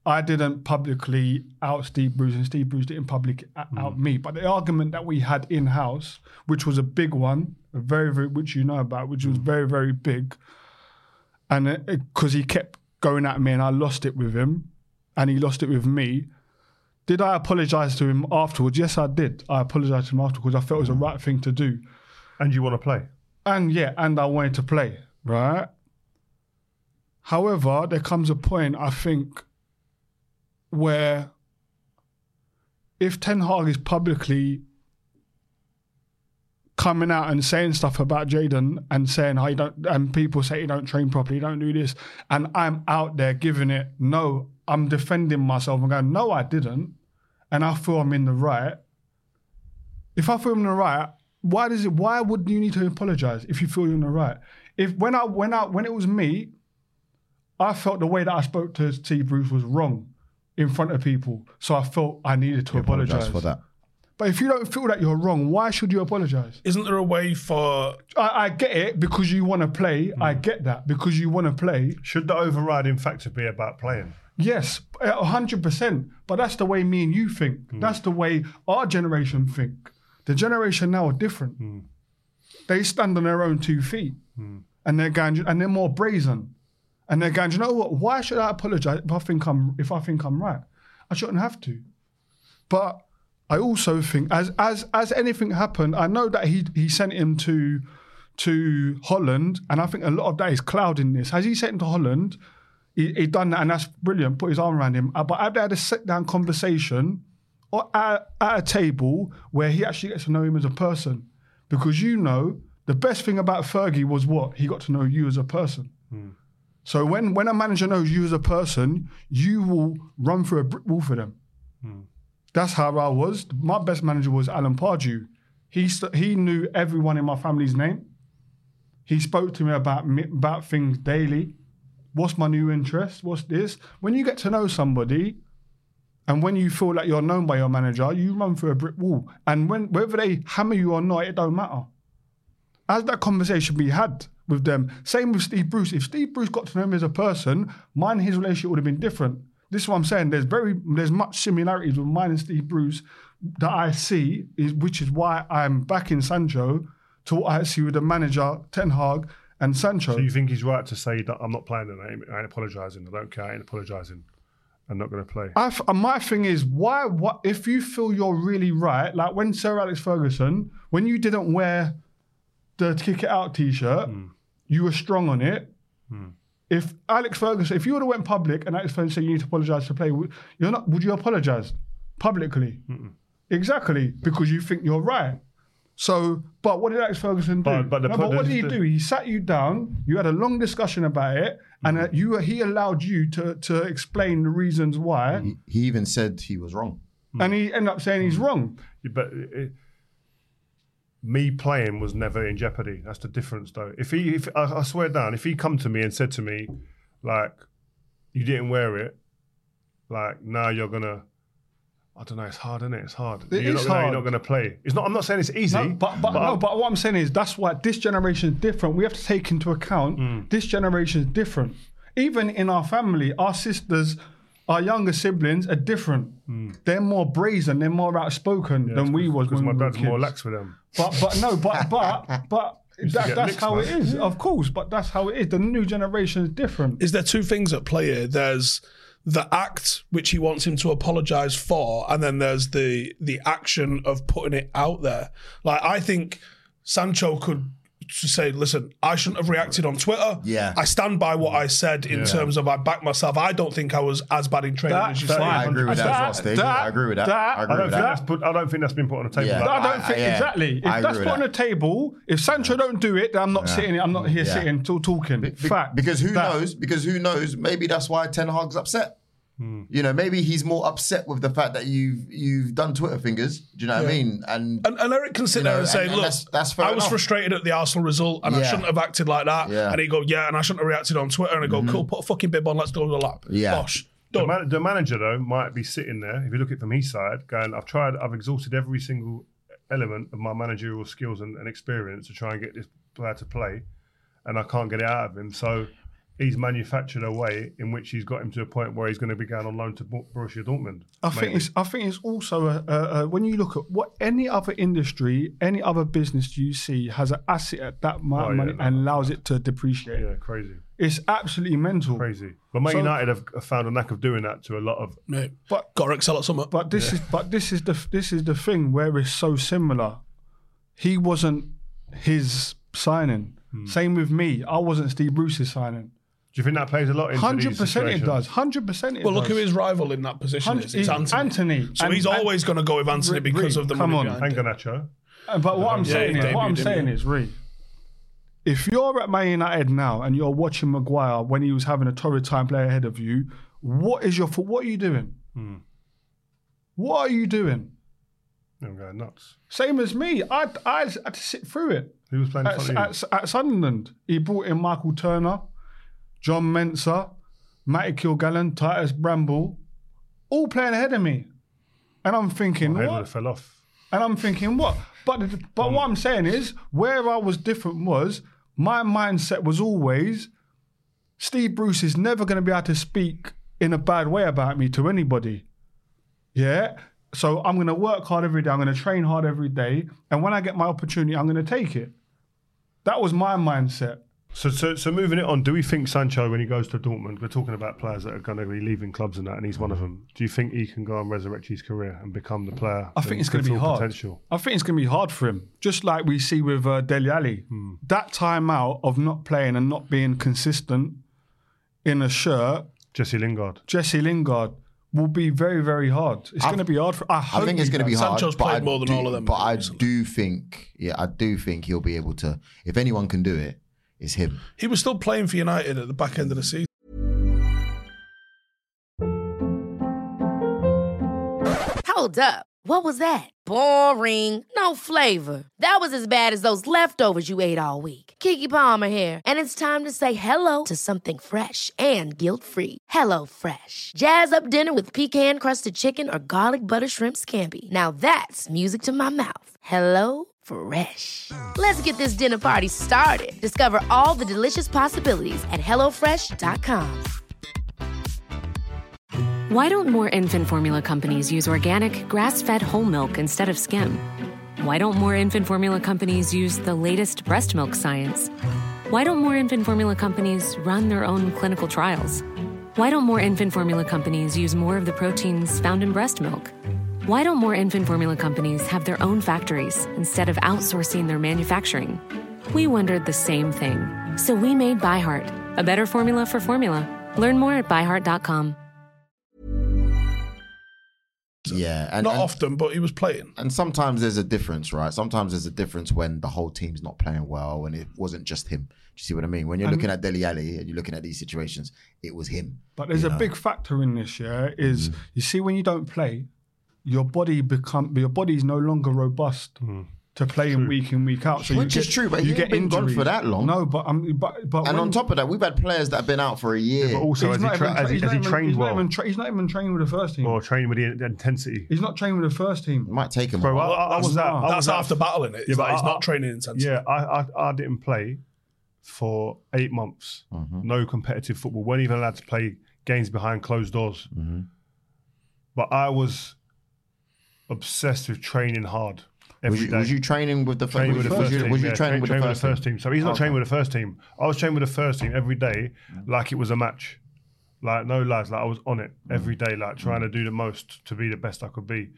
I didn't publicly out Steve Bruce, and Steve Bruce didn't publicly o- out me. But the argument that we had in house, which was a big one, a very very which you know about, which was very very big, and because he kept going at me and I lost it with him and he lost it with me. Did I apologize to him afterwards? Yes, I did. I apologized to him afterwards. I felt it was the right thing to do.
And you want to play?
And yeah, and I wanted to play, right? However, there comes a point, I think, where if Ten Hag is publicly coming out and saying stuff about Jaden and saying how you don't, and people say you don't train properly, you don't do this, and I'm out there giving it, no, I'm defending myself and going, no, I didn't, and I feel I'm in the right. If I feel I'm in the right, why does it? Why would you need to apologize if you feel you're in the right? If when I when I when it was me, I felt the way that I spoke to Steve Bruce was wrong in front of people, so I felt I needed to apologize
Apologise for that.
But if you don't feel that you're wrong, why should you apologize?
Isn't there a way for
I, I get it because you want to play. I get that because you want to play.
Should the overriding factor be about playing?
Yes, a hundred percent. But that's the way me and you think. That's the way our generation think. The generation now are different. They stand on their own two feet, and they're going, and they're more brazen, and they're going. You know what? Why should I apologize if I think I'm if I think I'm right? I shouldn't have to. But I also think, as as as anything happened, I know that he he sent him to to Holland, and I think a lot of that is clouding this. Has he sent him to Holland? he, he done that, and that's brilliant. Put his arm around him. Uh, But I've had a sit down conversation or at, at a table where he actually gets to know him as a person, because you know the best thing about Fergie was what he got to know you as a person. So when when a manager knows you as a person, you will run through a brick wall for them. That's how I was. My best manager was Alan Pardew. He st- he knew everyone in my family's name. He spoke to me about me, about things daily what's my new interest? What's this? When you get to know somebody, and when you feel like you're known by your manager, you run through a brick wall. And when whether they hammer you or not, it don't matter. As that conversation be had with them, same with Steve Bruce. If Steve Bruce got to know me as a person, mine and his relationship would have been different. This is what I'm saying. There's very there's much similarities with mine and Steve Bruce that I see, is, which is why I'm backing Sancho to what I see with the manager Ten Hag and Sancho.
Do you think he's right to say that I'm not playing and I ain't, I ain't apologising? I don't care. I ain't apologising. I'm not going to play.
I f- and my thing is why what if you feel you're really right like when Sir Alex Ferguson when you didn't wear the kick it out t-shirt you were strong on it if Alex Ferguson if you would have went public and Alex Ferguson said you need to apologize to play would- you're not would you apologize publicly exactly because you think you're right so but what did Alex Ferguson do
But- but the
no,
pro-
but what did he
the-
do he sat you down you had a long discussion about it and uh, you he allowed you to to explain the reasons why
He, he even said he was wrong.
and he ended up saying he's wrong.
Yeah, but it, it- me playing was never in jeopardy. That's the difference, though. If he, if I, I swear down, if he come to me and said to me, like, you didn't wear it, like, now you're gonna, I don't know. It's hard, isn't it? It's hard.
It
you're,
is
not gonna,
hard.
you're not going to play. It's not. I'm not saying it's easy.
No, but but, no, but what I'm saying is that's why this generation is different. We have to take into account this generation is different. Even in our family, our sisters, our younger siblings are different.
Hmm.
They're more brazen. They're more outspoken than we was
because
when
my
we were
dad's more
kids.
lax with them.
But but no, but but but
to
that,
get
that's
mixed,
how
man.
it is, of course. But that's how it is. The new generation is different.
Is there two things at play here? There's the act which he wants him to apologize for, and then there's the the action of putting it out there. Like I think Sancho could s- say, "Listen, I shouldn't have reacted on Twitter.
Yeah.
I stand by what I said in terms of I back myself. I don't think I was as bad in training
That-
as you
that-
say."
I agree with that, as well,
That-
Steve.
that-
I agree with that.
that-
I
I
agree
don't
with
think
that.
that's. Put, I don't think that's been put on the table.
Yeah.
Like
I
that.
don't
I-
think
yeah.
exactly. If
I agree
that's
with
put on the
that.
table, if Sancho don't do it, then I'm not sitting. I'm not here
Yeah.
sitting, still talking.
Be-
Fact.
Because who
That-
knows? Because who knows? Maybe that's why Ten Hag's upset.
Hmm.
You know, maybe he's more upset with the fact that you've you've done Twitter fingers. Do you know what I mean? And
And, and Eric can sit
You
there
know,
and say,
and- and
"Look,
that's- that's fair
I was
enough.
frustrated at the Arsenal result, and I
Yeah.
shouldn't have acted like that."
Yeah. Mm-hmm.
And he go, "Yeah," and I shouldn't have reacted on Twitter. And I go, "Cool, put a fucking bib on, let's go to the lap."
Yeah.
Bosh.
The,
Done.
man, the manager though might be sitting there. If you look at it from his side, going, "I've tried. I've exhausted every single element of my managerial skills and, and experience to try and get this player to play, and I can't get it out of him." So. He's manufactured a way in which he's got him to a point where he's going to be going on loan to Bo- Borussia Dortmund.
I think
maybe.
it's. I think it's also a, a, a, when you look at what any other industry, any other business you see has an asset at that amount
Oh,
of money
yeah, no,
and allows it to depreciate.
yeah, crazy,
It's absolutely mental.
crazy. But Man
So-
United have have found a knack of doing that to a lot of
Mate,
But-
got to excel at something.
But this is but this is the this is the thing where it's so similar. He wasn't his signing. Same with me. I wasn't Steve Bruce's signing.
Do you think that plays a lot into
Hundred
these
percent it
situations?
does. Hundred percent it
Well, look
does.
who his rival in that position
Hun-
is. It's
he-
Anthony.
Anthony.
So
And-
he's
and-
always going to go with Anthony
Re-
because
Re,
of the
come
money
on.
behind it.
Hang on, Nacho.
Uh, But what I'm
Yeah,
saying
he
is, what I'm
debuted,
saying
didn't
is, Ree, if you're at Man United now and you're watching Maguire when he was having a torrid time play ahead of you, what is your fo- what are you doing?
Hmm.
What are you doing?
I'm going nuts.
Same as me. I I had to sit through it.
Who was playing in
At,
front of
at, at Sunderland, he brought in Michael Turner, John Mensah, Matty Kilgallen, Titus Bramble, all playing ahead of me, and I'm thinking,
you? My head would
what?
have fell off.
And I'm thinking, what? But but what I'm saying is, where I was different was my mindset was always Steve Bruce is never going to be able to speak in a bad way about me to anybody. Yeah. So I'm going to work hard every day. I'm going to train hard every day. And when I get my opportunity, I'm going to take it. That was my mindset.
So, so, so moving it on. Do we think Sancho, when he goes to Dortmund, we're talking about players that are going to be leaving clubs and that, and he's one of them. Do you think he can go and resurrect his career and become the player?
I think
with
it's going to be
full
hard.
Potential.
I think it's going to be hard for him, just like we see with uh, Deli Ali. That time out of not playing and not being consistent in a shirt
Jesse Lingard.
Jesse Lingard will be very, very hard. It's going to be hard. For, I,
I
hope
think it's
he
going to be
does.
hard.
Sancho's
but
played
I
more than
do-
all of them
But I
recently.
do think, yeah, I do think he'll be able to. If anyone can do it, it's him.
He was still playing for United at the back end of the season.
Hold up. What was that? Boring. No flavor. That was as bad as those leftovers you ate all week. Kiki Palmer here, and it's time to say hello to something fresh and guilt-free. Hello Fresh. Jazz up dinner with pecan-crusted chicken or garlic butter shrimp scampi. Now that's music to my mouth. Hello Fresh. Let's get this dinner party started. Discover all the delicious possibilities at hellofresh.com.
Why don't more infant formula companies use organic, grass fed whole milk instead of skim? Why don't more infant formula companies use the latest breast milk science? Why don't more infant formula companies run their own clinical trials? Why don't more infant formula companies use more of the proteins found in breast milk? Why don't more infant formula companies have their own factories instead of outsourcing their manufacturing? We wondered the same thing. So we made ByHeart, a better formula for formula. Learn more at byheart.com.
Yeah, and
Not
and,
often, but he was playing.
and sometimes there's a difference, right? Sometimes there's a difference when the whole team's not playing well, and it wasn't just him. Do you see what I mean? When you're looking at Deli Ali and you're looking at these situations, it was him.
But there's a big factor in this. Yeah,
Mm.
is
Mm.
you see when you don't play, your body become your body's no longer robust to play him week in week out. So you
Which is
get-
true, but
you
he
get
ain't been gone
injuries.
for that long.
No, but um, but but
and
when-
on top of that, we've had players that have been out for a year.
But also, He's has he not tra- even tra- has he- he's has not he even- trained he's
Oh.
not well? even tra- he's not even training with the first team.
Or training with the intensity.
He's not training with the first team.
Might take him.
Bro, I, I- I was that. I
That's
was
half the battle, innit? It's like he's not training
intensity. Yeah, I, I, I didn't play for eight months.
Mm-hmm.
No competitive football. weren't even allowed to play games behind closed doors.
Mm-hmm.
But I was obsessed with training hard.
Was
every
you,
day.
was you training with the first?
Training
was,
with the
you- was
first
you,
team,
was you
yeah,
training with the first,
team. So he's not
Okay.
training with the first team. I was training with the first team every day, like it was a match. Like no lies, like I was on it
Mm.
every day, like trying to do the most to be the best I could be.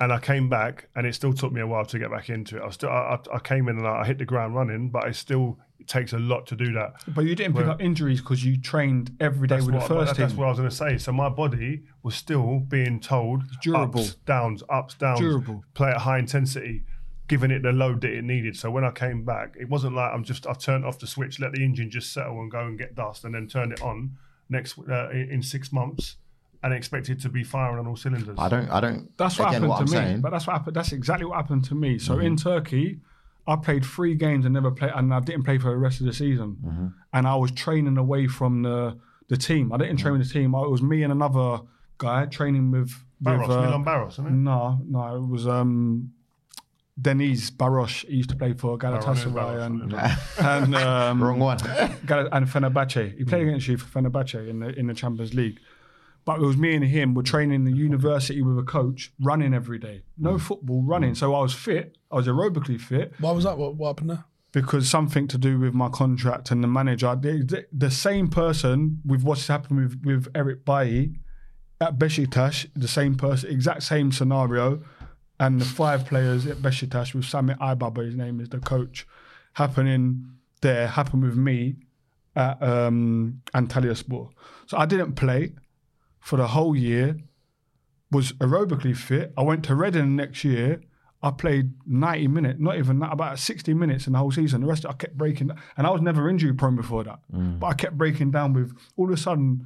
And I came back, and it still took me a while to get back into it. I was still, I, I- I came in and I hit the ground running, but it still it takes a lot to do that.
But you didn't pick
Where-
up injuries because you trained every day with the
what- but
first
that- That's
team.
what I was going to say. So my body was still being told
durable.
ups, downs, ups, downs,
Durable.
play at high intensity, giving it the load that it needed. So when I came back, it wasn't like I'm just I've turned off the switch, let the engine just settle and go and get dust, and then turn it on next uh, in in six months and expected to be firing on all cylinders.
I don't. I don't.
That's what
again,
happened
what I'm
to me.
saying. Mm-hmm.
But that's what happened. That's exactly what happened to me. So in Turkey, I played three games and never played, and I didn't play for the rest of the season.
Mm-hmm.
And I was training away from the the team. I didn't train with the team. I, it was me and another guy training with
Barros,
with, uh,
Milan Barros, isn't it?
No, no, it was um, Deniz Baros. He used to play for Galatasaray and, and um,
Wrong one.
Gal- and Fenerbahce. He played against you for Fenerbahce in the in the Champions League. But it was me and him. We're training in the university with a coach, running every day. No football, running. So I was fit. I was aerobically fit
Why was that? What, what happened there?
because something to do with my contract and the manager. The, the, the same person with what's happened with, with Eric Bailly at Besiktas, the same person, exact same scenario, and the five players at Besiktas with Samit Aybaba, his name is the coach, happening there, happened with me at um, Antalya Sport. So I didn't play for the whole year, was aerobically fit. I went to Reading next year. I played 90 minutes, not even that, about 60 minutes in the whole season. The rest I kept breaking, and I was never injury prone before that. But I kept breaking down with all of a sudden,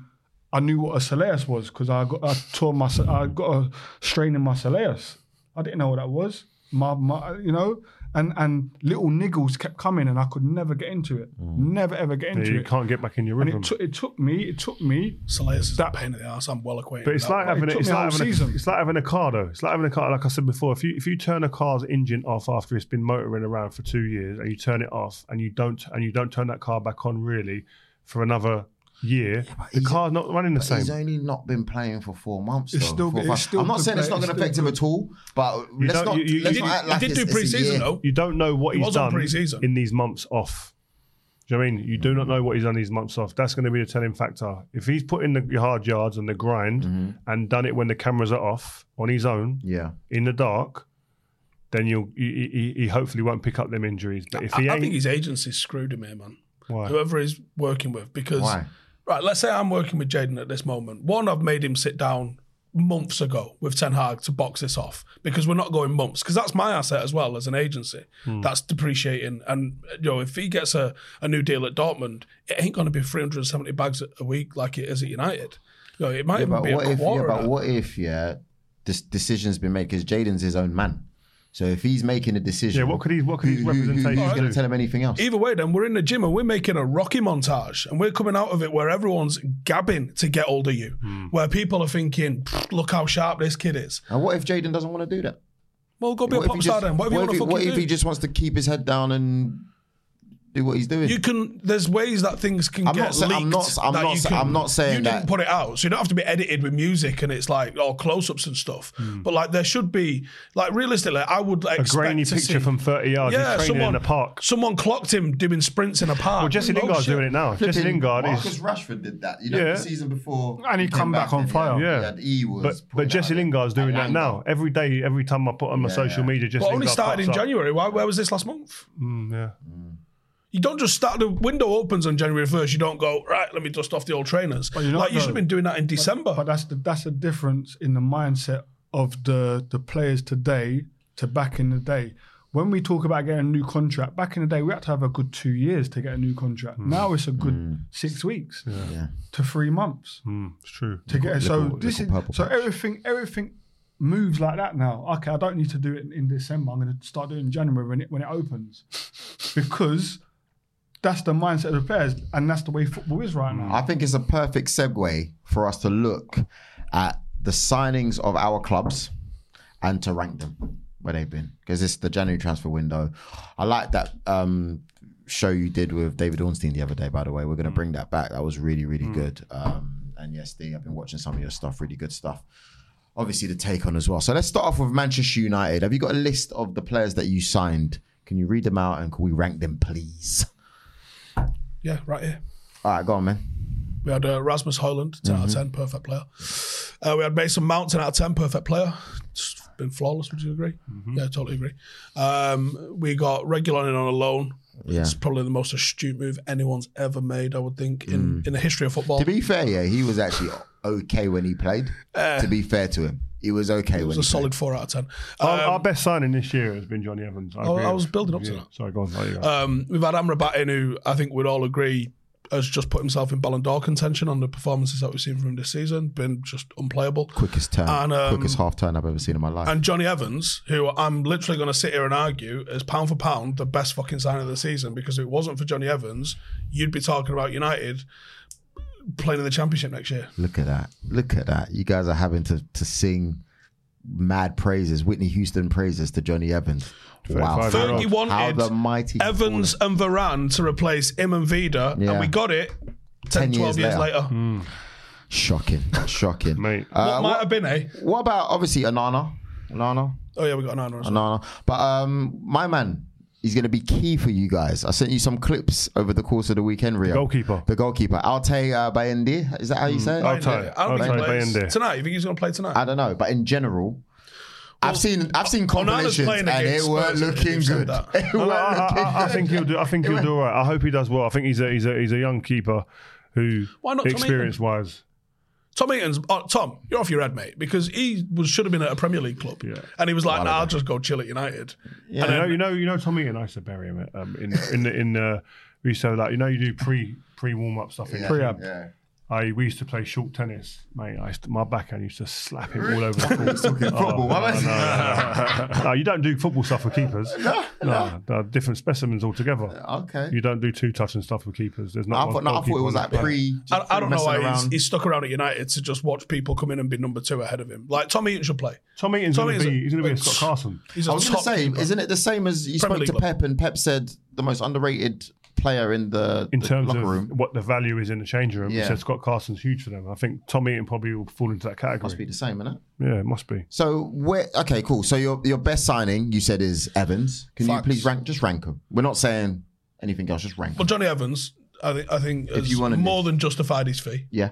I knew what a soleus was because I got I tore my I got a strain in my soleus. I didn't know what that was. My, my you know, and and little niggles kept coming, and I could never get into it.
Mm.
Never ever get
Yeah,
into
you
it.
can't get back in your
And
rhythm.
it took it took me it took me
Solaris is a pain in the ass. I'm well acquainted.
But it's
with that
like
one.
having a,
took
it's
me
like
whole
having a,
season.
it's like having a car though. It's like having a car. Like I said before, if you if you turn a car's engine off after it's been motoring around for two years and you turn it off and you don't and you don't turn that car back on really for another year, the car's not running the
But he's
same.
only not been playing for four months.
It's
though,
still-
four or
it's
five-
still
I'm not
good
saying it's
play-
not going
it's
to affect
still
him at all, but
You
let's
don't-
not.
you- you-
let's
you
not
did-
act
you
like
did
it's-
do
it's a
pre-season,
year.
though.
You don't know what
It
he's
was on
done
pre-season.
in these months off. Do you know what I mean? You do not know what he's done these months off. That's going to be the telling factor. If he's put in the hard yards and the grind and done it when the cameras are off on his own,
Mm-hmm. Yeah,
in the dark, then you'll he, he, he hopefully won't pick up them injuries. But if he
I, I
ain't,
think his agency screwed him here, man.
why?
Whoever he's working with, because
Why?
right, let's say I'm working with Jaden at this moment. One, I've made him sit down months ago with Ten Hag to box this off because we're not going months because that's my asset as well as an agency.
Hmm.
That's depreciating, and you know if he gets a, a new deal at Dortmund, it ain't going to be 370 bags a week like it is at United. You know, it might
Yeah,
even
but
be a
what if? Yeah,
quarter. of
but
that.
what if? Yeah, this decision's been made because Jaden's his own man. So if he's making a decision,
Yeah, what could he? What could his
who- who-
representation
who's going
do?
to tell him anything else?
Either way, then we're in the gym and we're making a Rocky montage, and we're coming out of it where everyone's gabbing to get older you,
Hmm.
where people are thinking, "Pfft, "Look how sharp this kid is."
And what if Jaden doesn't want to do that?
Well, go be
What if
a
he
pop star
just-
then. Whatever you
what
want
if
to
he-
fucking
What if
do.
he just wants to keep his head down and do what he's doing?
you can. There's ways that things can
I'm
get
not say- I'm
leaked.
not- I'm
that
not
you
say-
can-
I'm not saying
you
that-
didn't put it out, so you don't have to be edited with music and it's like all close-ups and stuff.
Hmm.
But like, there should be like realistically, I would
a
expect
grainy
to
picture
see-
from 30 yards. he's
Yeah,
training
someone
in the park.
Someone clocked him doing sprints in a park.
Well, Jesse
Oh,
Lingard's
shit.
doing it now. Jesse
Flipping
Lingard
Marcus
is.
Rashford did that. You know,
Yeah.
the season before,
And he
came
come back on
and he
fire.
had-
Yeah.
he had- he was.
But, but
putting
Jesse
out
Lingard's doing that
Atlanta.
now. Every day, every time I put on my social media, Jesse
But only
Lingard
started in
pops up.
January. Why, where was this last month?
Mm, yeah.
You don't just start the window opens on January first. You don't go right. Let me dust off the old trainers.
you're not,
like you should have
though.
been doing that in December.
But that's the that's the difference in the mindset of the the players today to back in the day. When we talk about getting a new contract, back in the day we had to have a good two years to get a new contract.
Mm.
Now it's a good six weeks to three months
Mm, it's true.
to get. So
little-
this
little
is
purple
so
patch.
everything everything moves like that now. Okay, I don't need to do it in, in December. I'm going to start doing it in January when it when it opens, because that's the mindset of the players, and that's the way football is right now.
I think it's a perfect segue for us to look at the signings of our clubs and to rank them where they've been because it's the January transfer window. I like that um, show you did with David Ornstein the other day. By the way, we're going to bring that back. That was really really
Mm.
good. Um, and yes, D, I've been watching some of your stuff. Really good stuff. Obviously, the take on as well. So let's start off with Manchester United. Have you got a list of the players that you signed? Can you read them out and can we rank them, please?
Yeah, right here.
All right, go on, man.
We had uh, Rasmus Hoyland, 10
Mm-hmm.
out of 10, perfect player. Uh, we had Mason Mount, 10 out of 10, perfect player. It's been flawless, would you agree?
Mm-hmm.
Yeah, totally agree. Um, we got Regulon in on a loan.
Yeah.
It's probably the most astute move anyone's ever made, I would think, in, in the history of football.
Mm. To be fair, yeah, he was actually okay when he played.
Uh,
to be fair to him, he was okay
it
when
was
he
a solid 4 out of 10.
our, our best signing this year has been Johnny Evans.
Oh, I- I
agree
was
with-
building up to
Um, yeah. Sorry, go on. There you go.
Um, we've had Amrabat in, who I think we'd all agree has just put himself in Ballon d'Or contention on the performances that we've seen from him this season. Been just unplayable.
Quickest turn,
And, um,
quickest half turn I've ever seen in my life.
And Johnny Evans, who I'm literally going to sit here and argue is pound for pound the best fucking signing of the season because if it wasn't for Johnny Evans, you'd be talking about United playing in the Championship next year.
Look at that! Look at that! You guys are having to to sing mad praises, Whitney Houston praises to Johnny Evans. Wow!
Fergie
How
wanted
the mighty
Evans and Varane to replace him and Vida,
Yeah.
and we got it 10, 12 years, later.
Shocking! Shocking, mate.
what might have been, eh?
Uh, what about obviously Anana? Anana.
Oh, yeah, we got an honor as well.
No, no. But um, my man, he's going to be key for you guys. I sent you some clips over the course of the weekend, Rio. The goalkeeper. The goalkeeper. Alte uh, Bayendi. Is that how you say it?
Bayern there. I don't think he plays tonight. You think he's going to play tonight?
I don't know. But in general, I've seen I've seen
Onana's
compilations
playing
and it
against
weren't
Spurs, if
looking
you've said
good.
that.
It
No, no,
weren't
I,
looking
I- I think he'll do. I think he'll do all right. I hope he does well. I think he's a he's a he's a young keeper who
Why not Tom Eaton?
experience wise.
Tom Eaton's oh, Tom, you're off your head, mate, because he was should have been at a Premier League club, and he was like, "Nah, I'll just go chill at United."
Yeah.
And
You know,
then-
you know, you know, Tommy and I used to bury him at, um, in in the, in the we used to have, like you know you do pre pre warm up stuff in
Yeah,
prehab.
yeah.
I we used to play short tennis, mate. I used to, my backhand used to slap him all over the court. Oh,
Talking football,
no,
what was-
no, no, no. No, you don't do football stuff with keepers. No, no, they're different specimens altogether.
Okay.
you don't do two touching stuff with keepers. There's
I
not. one
thought- no, I thought it
goalkeeper
was
on
like
the pitch.
pre-
I, I don't know
messing
why he's,
around.
he's stuck around at United to just watch people come in and be number two ahead of him. Like Tom Eaton should play.
Tom Eaton's gonna be- he's gonna be a Scott Carson.
He's a
I was going to
top
say,
keeper.
isn't it the same as you
Premier
spoke to
League
Pep and Pep said the most underrated player in the,
in
the
terms
locker
of
room?
what the value is in the changing room.
Yeah.
So Scott Carson's huge for them. I think Tom Eaton probably will fall into that category. Must
be the same, isn't it?
Yeah, it must be.
So where? Okay, cool. So your your best signing you said is Evans. Can
Facts.
you please rank? Just rank him. We're not saying anything else. Just rank.
But Johnny Evans, I think, I think
If
has
you wanted
more than justified his fee,
Yeah,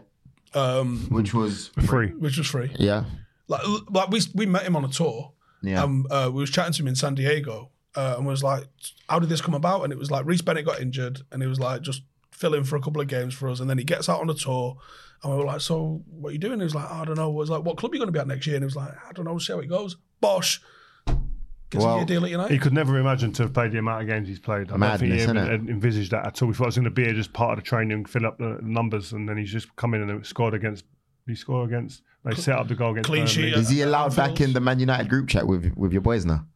um,
which was
free.
which was free.
Yeah,
Like, like we we met him on a tour.
Yeah.
Um, uh, we was chatting to him in San Diego, uh, and was like, "How did this come about?" And it was like Reese Bennett got injured, and he was like, "Just fill in for a couple of games for us." And then he gets out on a tour, and we were like, "So what are you doing?" He was like, "I don't know." I was like, "What club are you going to be at next year?" And he was like, "I don't know. We'll see how it goes." Bosh. Gets a year deal at United.
he could never imagine to have played the amount of games he's played. I don't
Madness,
think he even
innit?
had envisaged that at all. He thought it was going to be just part of the training, fill up the numbers, and then he's just come in and scored against. He scored against. They set up the goal against. Burnley.
Is he allowed back in the Man United group chat with with your boys now?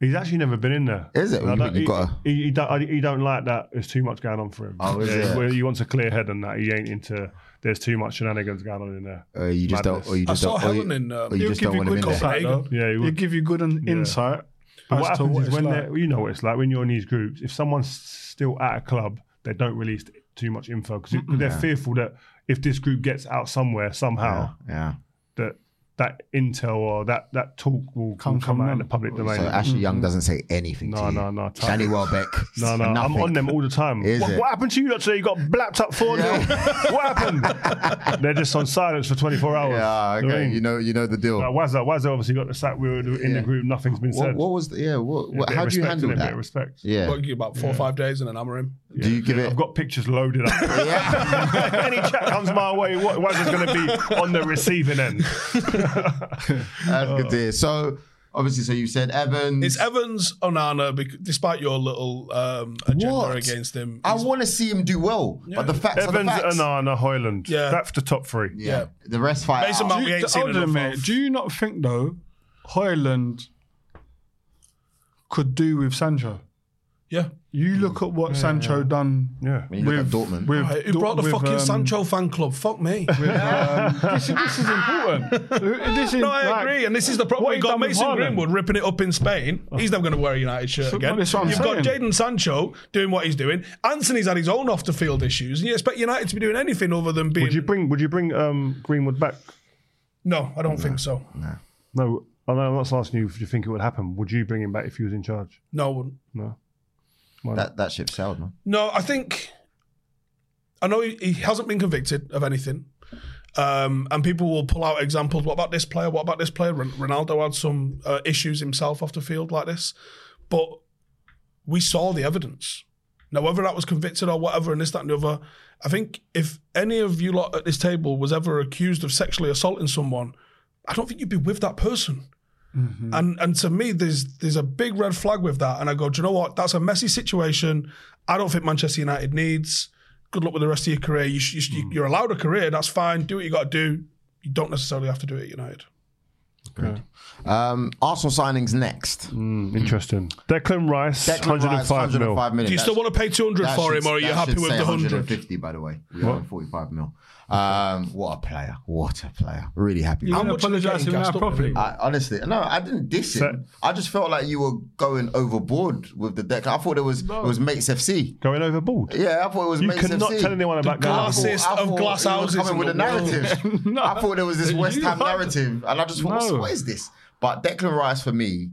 He's actually never been in there.
Is it?
And I
You-
don't-
you
he,
gotta-
he, he don't, I- he don't like that. There's too much going on for him.
Oh, is it?
well, He wants a clear head on that. He ain't into. There's too much shenanigans going on in there.
Uh, you just don't- or you I just saw don't- or you- Helen in, um, or you
He'll
just
give
don't want him
good
in there.
insight, though. Yeah, he
He'll
would.
give you good an
Yeah.
insight.
But
as
what
to
happens is
it's
when
like.
they're, you know what it's like when you're in these groups. If someone's still at a club, they don't release too much info because
Mm-mm.
they're
Yeah.
fearful that if this group gets out somewhere somehow,
Yeah.
that that intel or that that talk will will come, out in the public domain.
So Ashley Young doesn't say anything.
mm-hmm. No,
to
no,
you.
no. Type-
Danny Welbeck.
No, no, Mm. uh, I'm
nothing.
on them all the time.
Is
what,
it?
what happened to you today? You got blapped up 4 0. what happened? They're just on silence for 24 hours.
Yeah,
You know what I
okay.
mean?
You know, you know the deal.
Like Wazza, Wazza obviously got the sack. We were in
Yeah.
the group, nothing's been
What,
said.
what was? The, yeah. What?
Yeah,
what
bit of
how do you
respect,
handle
innit?
that?
Bit of respect.
Yeah.
Well, give you about four or five days, and then hammer him.
Do you give it?
I've got pictures loaded up. Any chat comes my way, what Wazza's going to be on the receiving end.
That's good to hear. So, obviously, so you said Evans.
It's Evans Onana, bec- despite your little um, agenda
What?
against him.
I want to see him do well, but the facts are
Evans, uh,
the facts.
Anana, Hoyland.
Yeah.
That's the top three.
Yeah. the rest fight.
Mason
out.
Mount, we ain't
Do-
seen
hold on a
enough
minute.
of.
Do you not think though, Hoyland could do with Sancho?
Yeah.
You look at what Sancho done.
Yeah.
When Hmm. you look at Dortmund.
With
Right, Uh, who
Dor-
brought the
with,
fucking
um,
Sancho fan club? Fuck me.
with, um, this, is- this is important. This is
No, I
like-
agree, and this is the problem.
what
You've
he
got
done with
Mason
Haaland.
Greenwood ripping it up in Spain. He's never going to wear a United shirt
So-
again.
that's what I'm
You've got
saying.
Jaden Sancho doing what he's doing. Anthony's had his own off the field issues, and you expect United to be doing anything other than being.
Would you bring Would you bring um, Greenwood back?
No, I don't think so.
No, I know I'm not asking you if you think it would happen. Would you bring him back if he was in charge?
No, I wouldn't.
No. Why not?
That that ship sailed, man.
No, I think I know he, he hasn't been convicted of anything. Um, and people will pull out examples. What about this player? What about this player? Ron- Ronaldo had some uh, issues himself off the field like this, but we saw the evidence. Now, whether that was convicted or whatever, and this, that, and the other, I think if any of you lot at this table was ever accused of sexually assaulting someone, I don't think you'd be with that person. And and to me, there's there's a big red flag with that. And I go, do you know what? That's a messy situation. I don't think Manchester United needs. Good luck with the rest of your career. You, sh- you, sh-
Hmm.
you're allowed a career. That's fine. Do what you got to do. You don't necessarily have to do it at United.
Um, Arsenal signings next.
Mm, interesting. Declan Rice,
Declan
105
Rice, 105
mil.
million.
Do you
That's-
still want to pay 200
that
for
should-
him, or are you
that
happy
should
with
say
the 100?
150? By the way, we are on 45 mil. Um, what a player! What a player! Really happy.
You
with him.
don't
much are they
apologise to
getting
him now
gassed up
properly.
I, honestly, no, I didn't diss
So-
him. I just felt like you were going overboard with the deck. I thought it was it was mates FC.
Going overboard.
Yeah, I thought it was
You
mates
cannot
FC.
tell anyone about going
glasses.
overboard.
Assist of glass
he was
houses
coming
in
with a
the world.
narrative.
No.
I thought there was this
You
West Ham
are-
narrative, and I just thought,
No.
what is this? But Declan Rice for me,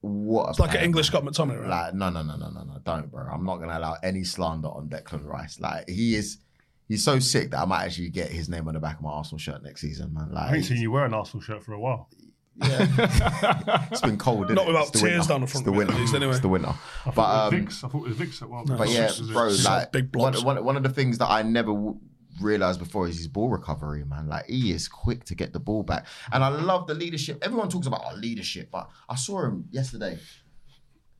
what? A
It's like an
player.
English Scott McTominay, right?
Like no, no, no, no, no, no, don't, bro. I'm not gonna allow any slander on Declan Rice. Like he is, he's so sick that I might actually get his name on the back of my Arsenal shirt next season, man. Like
I ain't seen you wear an Arsenal shirt for a while.
it's been cold. Isn't
Not
it?
without
It's the
tears
winter.
down the
It's the
front of it, at
winter.
least, anyway.
It's the winter.
It
But
was
um,
Vix. I thought it was Vix at one.
but yeah, bro, like
big
one,
blobs.
one, one of the things that I never w- realized before is his ball recovery, man. Like he is quick to get the ball back, and I love the leadership. Everyone talks about our leadership, but I saw him yesterday.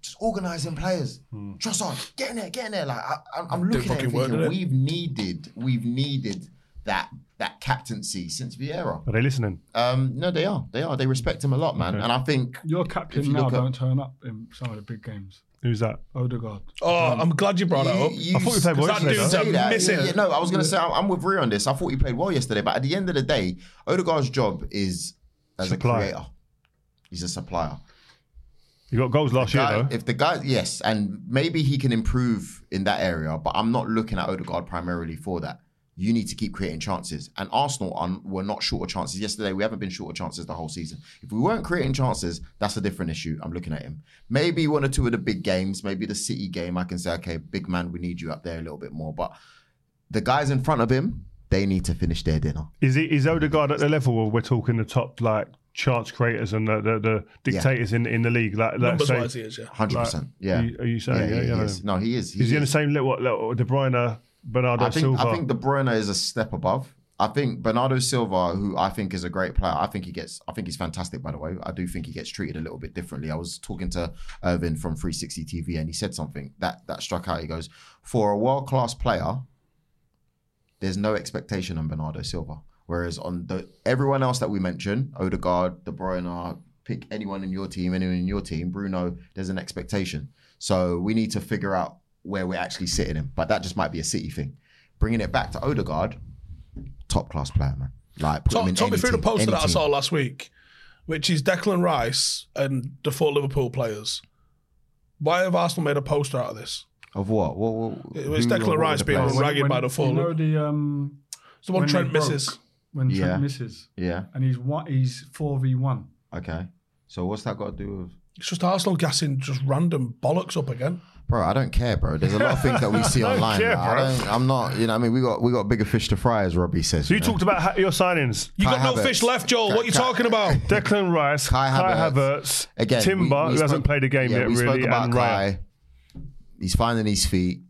Just organising players, trust on, get in there, get in there. Like I, I'm- I'm looking at
Hmm. fucking
him
word,
thinking,
innit?
we've needed, we've needed that that captaincy since Vieira.
Are they listening?
Um, no, they are, they are, they respect him a lot, man. And I think
Your
If
captain
you
now
look at-
don't turn up in some of the big games.
Who's that?
Odegaard.
Oh, I'm glad you brought that up.
You-
I thought we played
you
well
s-
yesterday,
you
though.
say that.
Missing.
Yeah, yeah, no, I was going to say, I'm, I'm with Rhea on this. I thought he played well yesterday, but at the end of the day, Odegaard's job is as
Supplier.
a creator. He's a supplier.
You got goals last year,
Guy-
though.
if the guy, yes, and maybe he can improve in that area, but I'm not looking at Odegaard primarily for that. You need to keep creating chances, and Arsenal are, were not short of chances yesterday. We haven't been short of chances the whole season. If we weren't creating chances, that's a different issue. I'm looking at him. Maybe one or two of the big games, maybe the City game, I can say, okay, big man, we need you up there a little bit more. But the guys in front of him, they need to finish their dinner.
Is it is Odegaard at the level where we're talking the top like chance creators and the the, the dictators in in the league? Like, like
Numbers
say,
wise, he is, yeah.
Hundred percent. Yeah.
are you- are you saying? Yeah,
he
yeah,
is. No, he is.
Is he on
is.
the same level? What, like, De Bruyne, Bernardo
I think
Silva?
I think De Bruyne is a step above. I think Bernardo Silva, who I think is a great player, I think he gets. I think he's fantastic. By the way, I do think he gets treated a little bit differently. I was talking to Irvin from 360 TV, and he said something that that struck out. He goes, "For a world class player, there's no expectation on Bernardo Silva. Whereas on the everyone else that we mentioned, Odegaard, De Bruyne, pick anyone in your team, anyone in your team, Bruno, there's an expectation. So we need to figure out where we're actually sitting him. But that just might be a City thing. Bringing it back to Odegaard, top class player, man. Like put him
Talk,
in
talk me
any
through
team,
the poster
any
that I
team.
saw last week, which is Declan Rice and the four Liverpool players. Why have Arsenal made a poster out of this?
of what? What? what
It was
who-
Declan
what were
Rice
the
being
players?
ragged by the
You
full.
know the um,
It's the one
when
Trent
they broke,
misses.
when Trent
Yeah.
misses,
Yeah.
and he's one, he's four v one.
Okay. So what's that got to do with?
It's just Arsenal gassing just random bollocks up again.
Bro, I don't care, bro. There's a lot of things that we see online.
care,
I
bro.
don't, I'm not, you know. what I mean, we got we got bigger fish to fry, as Robbie says.
so you
know?
talked about ha- your signings.
You
Kai
got no
Havertz.
fish left, Joel.
Kai-
What you
Kai-
talking about?
Declan Rice,
Kai
Kai,
Havertz.
Havertz,
again.
Timber,
we- we
who hasn't
spoke-
played a game
yeah,
yet,
we
really,
spoke about
and Raya.
Kai. He's finding his feet.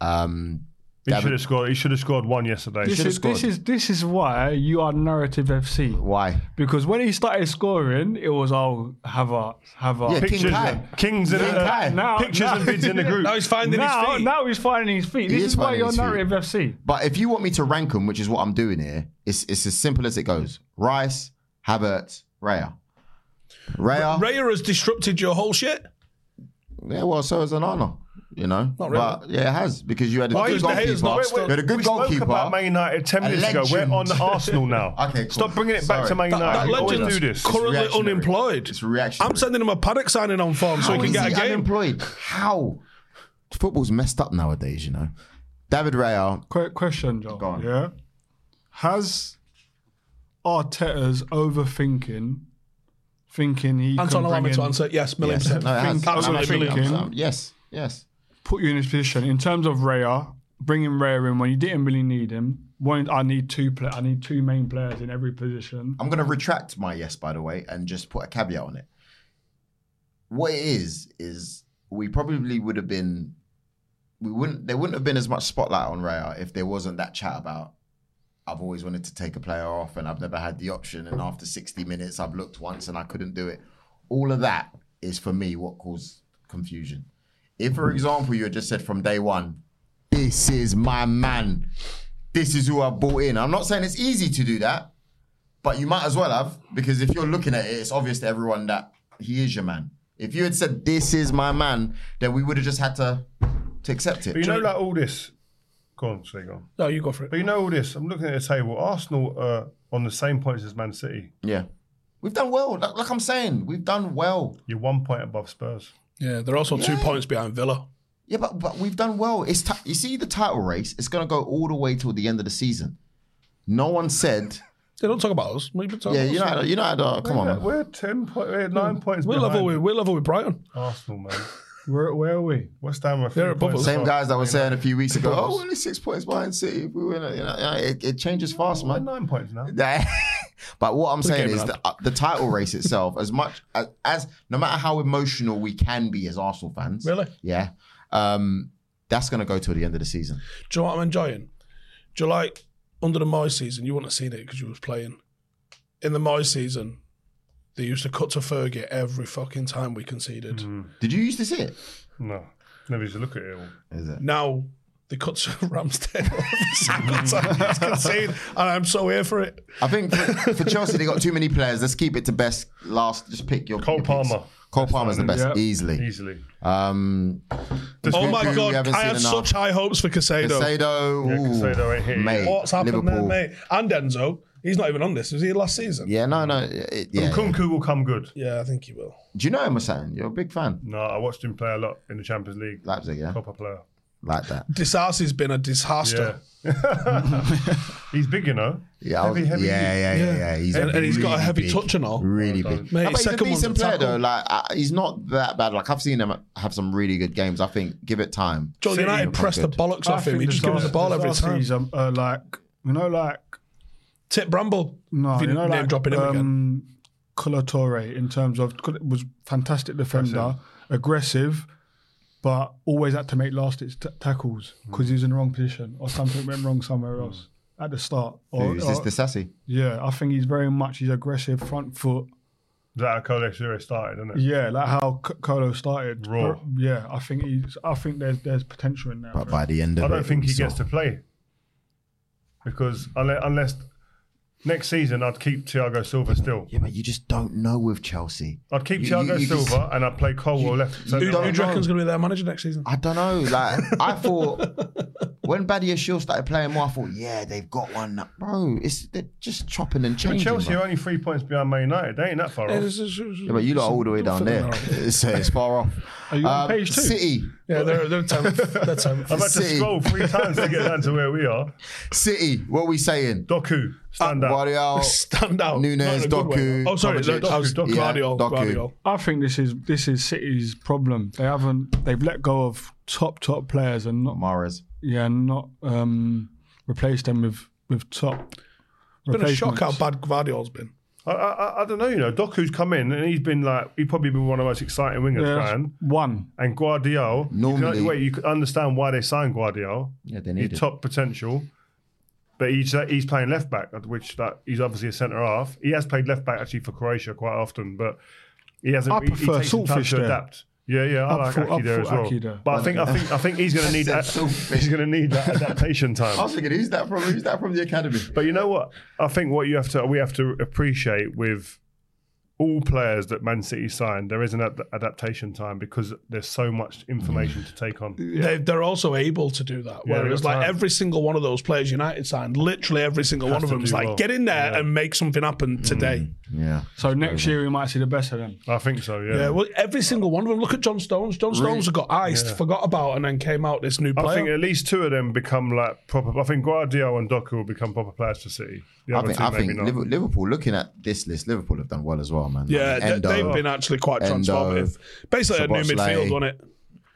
Um,
He should have scored. He should have scored one yesterday.
This is, this is this is why you are narrative FC.
Why?
Because when he started scoring, it was all Havertz, Havertz.
Yeah, King Pictures Kai.
and
and- Kings and- King Kai.
now,
Pictures
now-
and bids in the group. Now he's finding his
Now-
feet.
Now he's finding his feet.
He
This is,
is
why
finding
you're
his feet.
narrative FC.
But if you want me to rank them, which is what I'm doing here, it's it's as simple as it goes. Rice, Havertz, Raya. Raya.
Raya has disrupted your whole shit.
yeah, well, so is Anana. You know,
Not really.
But yeah, it has because you had a
Oh,
good
he's the haters,
goalkeeper.
not- wait, wait.
You had a good
We spoke
goalkeeper.
about Man United 10
A
minutes ago. We're
legend.
on to Arsenal now.
okay, cool.
Stop bringing it back
Sorry.
to Man
That, that
United. We always
legend's
do this.
currently
reactionary.
unemployed.
It's reaction.
I'm sending him a paddock signing on form so he
How
can
is
get a
he
game.
unemployed? How? Football's messed up nowadays, you know. David Raya.
Quick question, John.
Go on.
Yeah. Has Arteta's overthinking, thinking he
Anton,
can
allow
bring
me
in,
to answer. Yes, million
Yes.
percent.
No, it has.
Thinking-
I'm actually- I'm-
thinking.
I'm- Yes. Yes.
put you in this position in terms of Raya, bringing Raya in when you didn't really need him. Wanted, I need two play, I need two main players in every position.
I'm going to retract my yes, by the way, and just put a caveat on it. What it is is we probably would have been, we wouldn't, there wouldn't have been as much spotlight on Raya if there wasn't that chat about. I've always wanted to take a player off, and I've never had the option. And after 60 minutes, I've looked once and I couldn't do it. All of that is for me what caused confusion. If, for example, you had just said from day one, "This is my man," this is who I bought in. I'm not saying it's easy to do that, but you might as well have, because if you're looking at it, it's obvious to everyone that he is your man. If you had said, This is my man, then we would have just had to, to accept it.
But you know, like all this. Go on, stay on.
No, you go for it.
But you know all this. I'm looking at the table. Arsenal are on the same points as Man City.
yeah. We've done well. Like, like I'm saying, we've done well.
You're one point above Spurs.
Yeah, they're also two points behind Villa.
Yeah, but, but we've done well. It's ti You see, the title race, it's going to go all the way till the end of the season. No one said,
They don't talk about us. We've been talking
Yeah,
about
you know,
us.
how to- you know, how to- come on,
We're,
man.
we're ten point. We're nine points.
We're level
behind
with we're level with Brighton.
Arsenal, man.
Where, where are we?
West Ham are
They're
three
above
points
us.
Same
up.
guys that were saying a few weeks ago,
Because-
oh, we're only six points behind City. If we win it, you know, you know, it, it changes fast,
We're
man.
nine points now.
Nah. but what I'm saying
game
is
lad.
that uh, the title race itself, as much as, as no matter how emotional we can be as Arsenal fans,
Really?
yeah, um, that's going to go till the end of the season.
Do you know what I'm enjoying? Do you like under the Moy season? You wouldn't have seen it because you was playing. In the Moy season, they used to cut to Fergie every fucking time we conceded.
Did you used to see it?
No, never used to look at it. All.
Is it?
Now they cut to Ramsdale every single time he's conceded, and I'm so here for it.
I think for, for Chelsea they got too many players. Let's keep it to best last. Just pick your
Cole
your picks.
Palmer.
Cole Palmer's the best
Yeah.
easily.
Easily.
Um,
oh
we-
my
we
god,
haven't
I
seen
had
enough.
such high hopes for Casado.
Casado,
Yeah,
ooh,
Casado ain't hit yet.
mate,
What's happened
Liverpool.
there, mate? And Enzo, he's not even on this. Was he last season?
Yeah, no, no, it, yeah.
Yeah, will come good.
Yeah, I think he will.
Do you know him, Hassan? You're a big fan.
No, I watched him play a lot in the Champions League.
Leipzig, yeah,
Proper player.
like that.
Disarsi's been a disaster.
Yeah. He's big, you know.
Yeah,
Heavy,
I was-
heavy
yeah,
dude.
yeah, yeah, yeah. He's
And, and he's got a
really
heavy
big,
touch and all.
Really
Well
big. I
Mate,
bet he's a
second one's
decent
a
player
tackle.
though. Like uh, he's not that bad. Like I've seen him have some really good games. I think give it time.
John
City
United
look
pressed the
good.
bollocks
I
off him.
think
He just gives us the
last-
ball every
last
time.
Season, uh, like you know, like
Tip Bramble.
no,
If
you
you
know,
name
like
dropping him again.
um, Kola Touré in terms of was fantastic defender, aggressive, but always had to make last ditch t- tackles
Hmm.
because he was in the wrong position or something went wrong somewhere else at the start. Or,
Oh,
Who's this?
or-
The sassy.
yeah, I think he's very much he's aggressive front foot.
That's how Codex Zero started, isn't it?
Yeah, like how K- Kolo started.
Raw.
Yeah, I think he's. I think there's there's potential in there.
But by the end of
I
it,
don't think he
we saw-
gets to play because unless, unless next season I'd keep Thiago Silva still.
Yeah, but you just don't know with Chelsea.
I'd keep
You- you-
Thiago
you just-
Silva and I'd play Colwell left.
Who,
centre.
who do you
know.
reckon's going to be their manager next season?
I don't know. Like I thought when Badia Shield started playing more, I thought, yeah, they've got one. now. Bro, it's they're just chopping and
But
changing.
Chelsea
bro.
are only three points behind Man United. They ain't that far off.
Yeah, but you lot are all the way down there. so it's far off.
Are you on
Um,
page two?
City.
Yeah, they're, they're 10th. They're 10th.
I've had to
City.
scroll three times to get down to where we are.
City. What are we saying?
Doku, stand up.
Guardiola.
Stand out.
Nunez,
Not in a good way,
Doku,
though. Oh, sorry.
Kovacic.
no, I was
Doku, Doku.
Guardiol.
Yeah, Doku.
Guardiol.
I think this is this is City's problem. They haven't they've let go of top top players and not
Mares.
yeah not um replaced them with with top.
It's been a
replacements.
shock how bad Guardiol's been.
I, I, I don't know. You know, Doku's come in and he's been like he's probably been one of the most exciting wingers.
Yeah,
man. One and Guardiola. you
Normally-
can, wait, you can understand why they signed Guardiola.
Yeah, they
He's
need it.
top potential, but he's uh, he's playing left back, which that he's obviously a centre half. He has played left back actually for Croatia quite often, but he hasn't.
I
he- he
prefer
takes some time
Saltfish
to
there.
adapt. Yeah, yeah,
I
I like
prefer- I
Aki there as
prefer
well.
Aki there.
But I think I think I think he's going to need
I
that,
said Saltfish.
he's going to need that adaptation time.
I was thinking, who's that from? Who's that from the academy?
But you know what? I think what you have to we have to appreciate with all players that Man City signed, there is an ad- adaptation time because there's so much information to take on.
They, they're also able to do that.
Yeah, they
Whereas,
got
like
time.
every single one of those players United signed, literally every single
Has
one of
to
them is
do
like,
well.
get in there and make something
Mm.
happen today.
Yeah.
So next year we might see the best of them.
I think so. Yeah.
Yeah, well, every single one of them. Look at John Stones. John Stones got iced, forgot about, and then came out this new player.
I think at least two of them become like proper. I think Guardiola and Doku will become proper players for City. The
I
other
think,
two
I
maybe
think
not.
Liverpool, Liverpool, looking at this list, Liverpool have done well as well, man.
yeah,
Like
they-
Endo,
they've been actually quite
Endo,
transformative. Basically, a new
Szoboszlai.
midfield, wasn't it?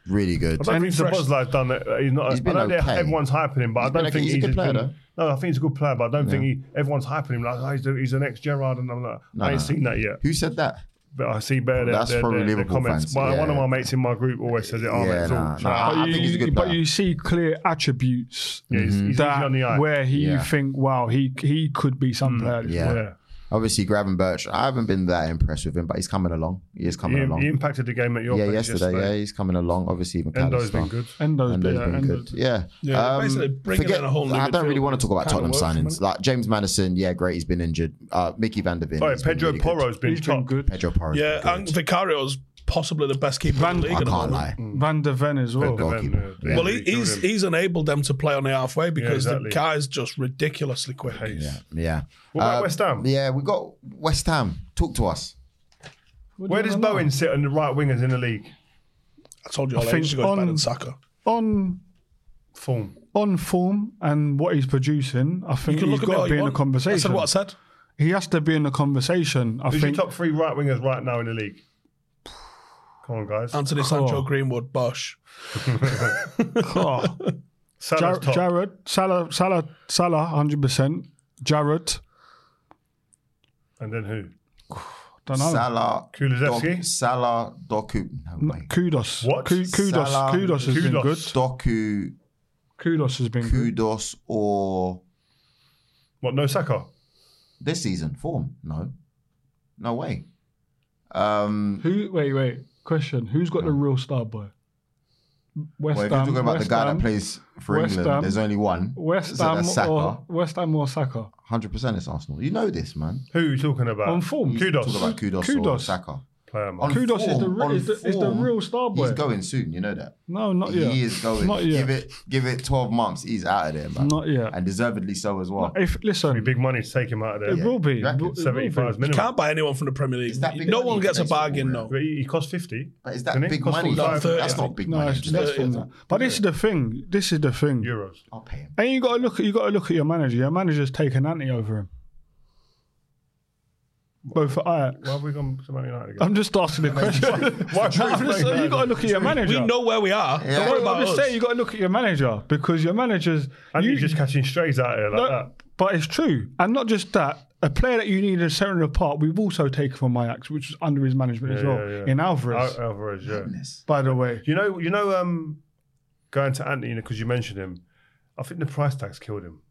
Really good.
I don't think Sabozlai's done it. He's not.
He's
I
been
know they're-
okay.
everyone's hyping him, but
He's
I don't
been okay.
think
He's a good player,
been- No, I think he's a good player, but I don't think he. Everyone's hyping him like oh, he's, the, he's the next Gerard, and I'm like, I ain't
no.
seen that yet.
Who said that?
But I see better.
That's
their,
probably
their, their
Liverpool
comments.
fans,
My, One of
yeah.
my mates in my group always says it. Oh,
Yeah,
it's
nah,
all.
nah.
But
I
you,
think he's a good
but
player.
you see clear attributes
Yeah, he's, he's easy on the
that
eye.
where he
Uh, Yeah. Hmm.
you think, wow, he he could be some player. this
Yeah.
year.
yeah.
Obviously, Graven Birch. I haven't been that impressed with him, but he's coming along. He is coming
He,
along.
he impacted the game at your
yeah,
place
yesterday, Yeah, he's coming along. Obviously,
Endo's
McAllister.
been good.
Endo's,
And
yeah,
has been
Endo's-
good. Yeah.
Yeah, basically bringing in a whole new
Um, I don't really
midfield
want to talk about
kinda
Tottenham
works,
signings. Like James Madison, yeah, great. He's been injured. Uh, Mickey Van Der Ven.
Oh, yeah,
he's been
Pedro
really good.
Porro's been
He's been
top.
good.
Pedro Porro.
Yeah, and Vicario's possibly the best keeper in the
I
league. at
can't
the moment.
lie.
Van der Ven as well.
Van der
Then, uh, they
Well,
really
he, he's
killed him.
he's enabled them to play on the halfway because
exactly.
the guy's just ridiculously quick.
Pace.
Yeah.
What
Uh,
about West Ham?
Yeah, we got West Ham. Talk to us.
Where does Bowen sit on the right wingers in the league?
I told you all
I
ages
think
ago, it's
on-
better than Saka.
On
Form.
on form and what he's producing, I
You
think
can
he's
look at me all
got to
you
be in
want. I
the
said
conversation.
what I said.
He has to be in the conversation. I
Who's your
think
top three right wingers right now in the league? Come on, guys.
Anthony Sancho, Greenwood, Bosch.
Oh,
Salah's
Jar-
top.
Jared Salah Salah Salah, hundred percent. Jared,
and then who?
don't know.
Salah.
Kulusevski?
Dok- Salah. Doku. No way.
Kudos.
What?
Ku- kudos.
Salah,
kudos Mm-hmm. has been good.
Kudos.
Doku.
Kudos has been good.
Kudos or
What? No Saka.
this season form? No. No way. Um,
Who? Wait, wait. Question: Who's got the real star boy? West
well, if you're
Ham.
talking about
West
the guy
Ham,
that plays for
West
England,
Ham,
there's only one.
West
So
Ham
that's Saka.
or West Ham or Saka
100% it's Arsenal. You know this, man.
Who are you talking about?
on form.
Kudos.
Talk about Kudos, or
Kudos.
Saka.
Player, man.
On
Kudos is the
form-
re-
on
is the- is the
form,
real star boy.
He's going soon, you know that.
No, not yet.
He is going.
Not yet.
Give it give it 12 months, he's out of there, man.
Not yet.
And deservedly so as well.
If
Be
listen,
big money to take him out of there.
it will be.
You
It
reckon?
will- it will be.
75 minimum.
Can't buy anyone from the Premier League.
Is that big
No
money
one gets a
today's
bargain,
football,
no.
But he, he cost 50.
But is that
Didn't it
big
cost
money?
him
That's,
like 30,
that's
I
not
think.
big
No,
money.
it's
Just
less
thirty.
than that. But this is the thing. This is the thing.
Euros.
I'll pay him.
And you got to look. You got to look at your manager. Your manager's taken Anthony over him. Both for Ajax.
Why have we gone to Man United again?
I'm just asking a question.
Why
I'm just saying, you got to look at your manager.
We know where we are. Don't worry
Well,
about
I'm just
us.
saying you got to look at your manager because your manager's.
And
you-
you're just catching strays out here like
no,
that.
But it's true, and not just that. A player that you need in centre of the park, we've also taken from Ajax, which was under his management as
Yeah,
well,
yeah, yeah.
in Alvarez.
Al- Alvarez, yeah.
by the way,
You know, you know, um, going to Anthony because you mentioned him. I think the price tag's killed him.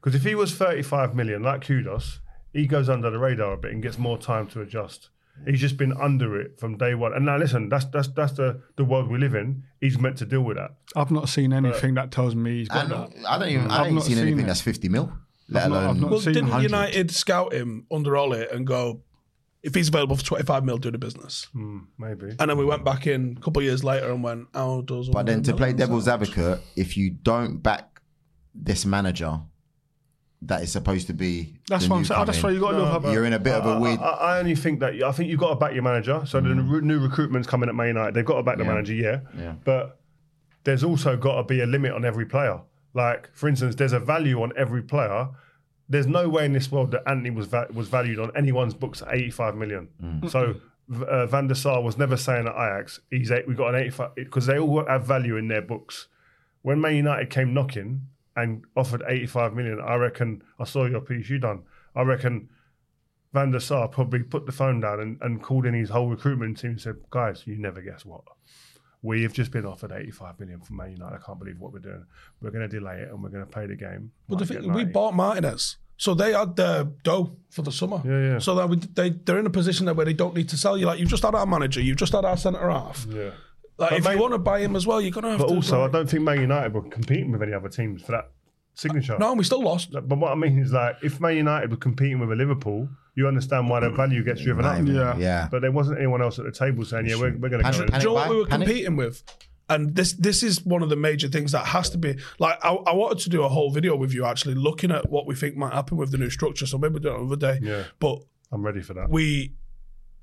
Because if he was 35 million, like Kudos, he goes under the radar a bit and gets more time to adjust. He's just been under it from day one. And now, listen, that's that's that's the, the world we live in. He's meant to deal with that.
I've not seen anything that tells me he's got
And
that.
I don't even. I
Mm. I've
ain't
not
seen
seen
anything
it.
that's 50 mil, let
I've not-
alone.
I've not
Well,
seen
didn't
100.
United scout him under Ole and go, if he's available for 25 mil, do the business?
Hmm. Maybe.
And then we went back in a couple of years later and went, how does
But then to
100
play
million
devil's
sound?
advocate, if you don't back this manager that is supposed to be
That's
the
what
new
I'm saying. That's why
coming,
you got to look up.
you're in a bit of a weird.
I, I only think that I think you've got to back your manager. So the re- new recruitment's coming at Man United. They've got to back the manager, yeah.
Yeah.
But there's also got to be a limit on every player. Like for instance, there's a value on every player. There's no way in this world that Anthony was va- was valued on anyone's books at 85 million. So v- uh, Van der Sar was never saying at Ajax he's eight, we got an 85 because they all have value in their books. When Man United came knocking and offered 85 million, I reckon I saw your piece you done. I reckon Van der Sar probably put the phone down and, and called in his whole recruitment team and said, guys, you never guess what. We have just been offered 85 million from Man United. I can't believe what we're doing. We're going to delay it and we're going to play the game.
But the
Might get
thing, we
90."
bought Martinez, so they had their dough for the summer. Yeah, yeah. So that we, they they're in a position there where they don't need to sell you. Like you've just had our manager, you've just had our centre half.
Yeah.
Like if you want to buy him as well, you're gonna have
But
to.
also, I don't think Man United were competing with any other teams for that signature.
No, and we still lost.
But what I mean is, like, if Man United were competing with a Liverpool, you understand why the value gets driven up.
Yeah.
Yeah.
But there wasn't anyone else at the table saying, "Yeah, we're, we're going to go." in."
Do you know what we were competing with? And this this is one of the major things that has to be like I, I wanted to do a whole video with you actually looking at what we think might happen with the new structure. So maybe we'll do it another day.
Yeah.
But
I'm ready for that.
we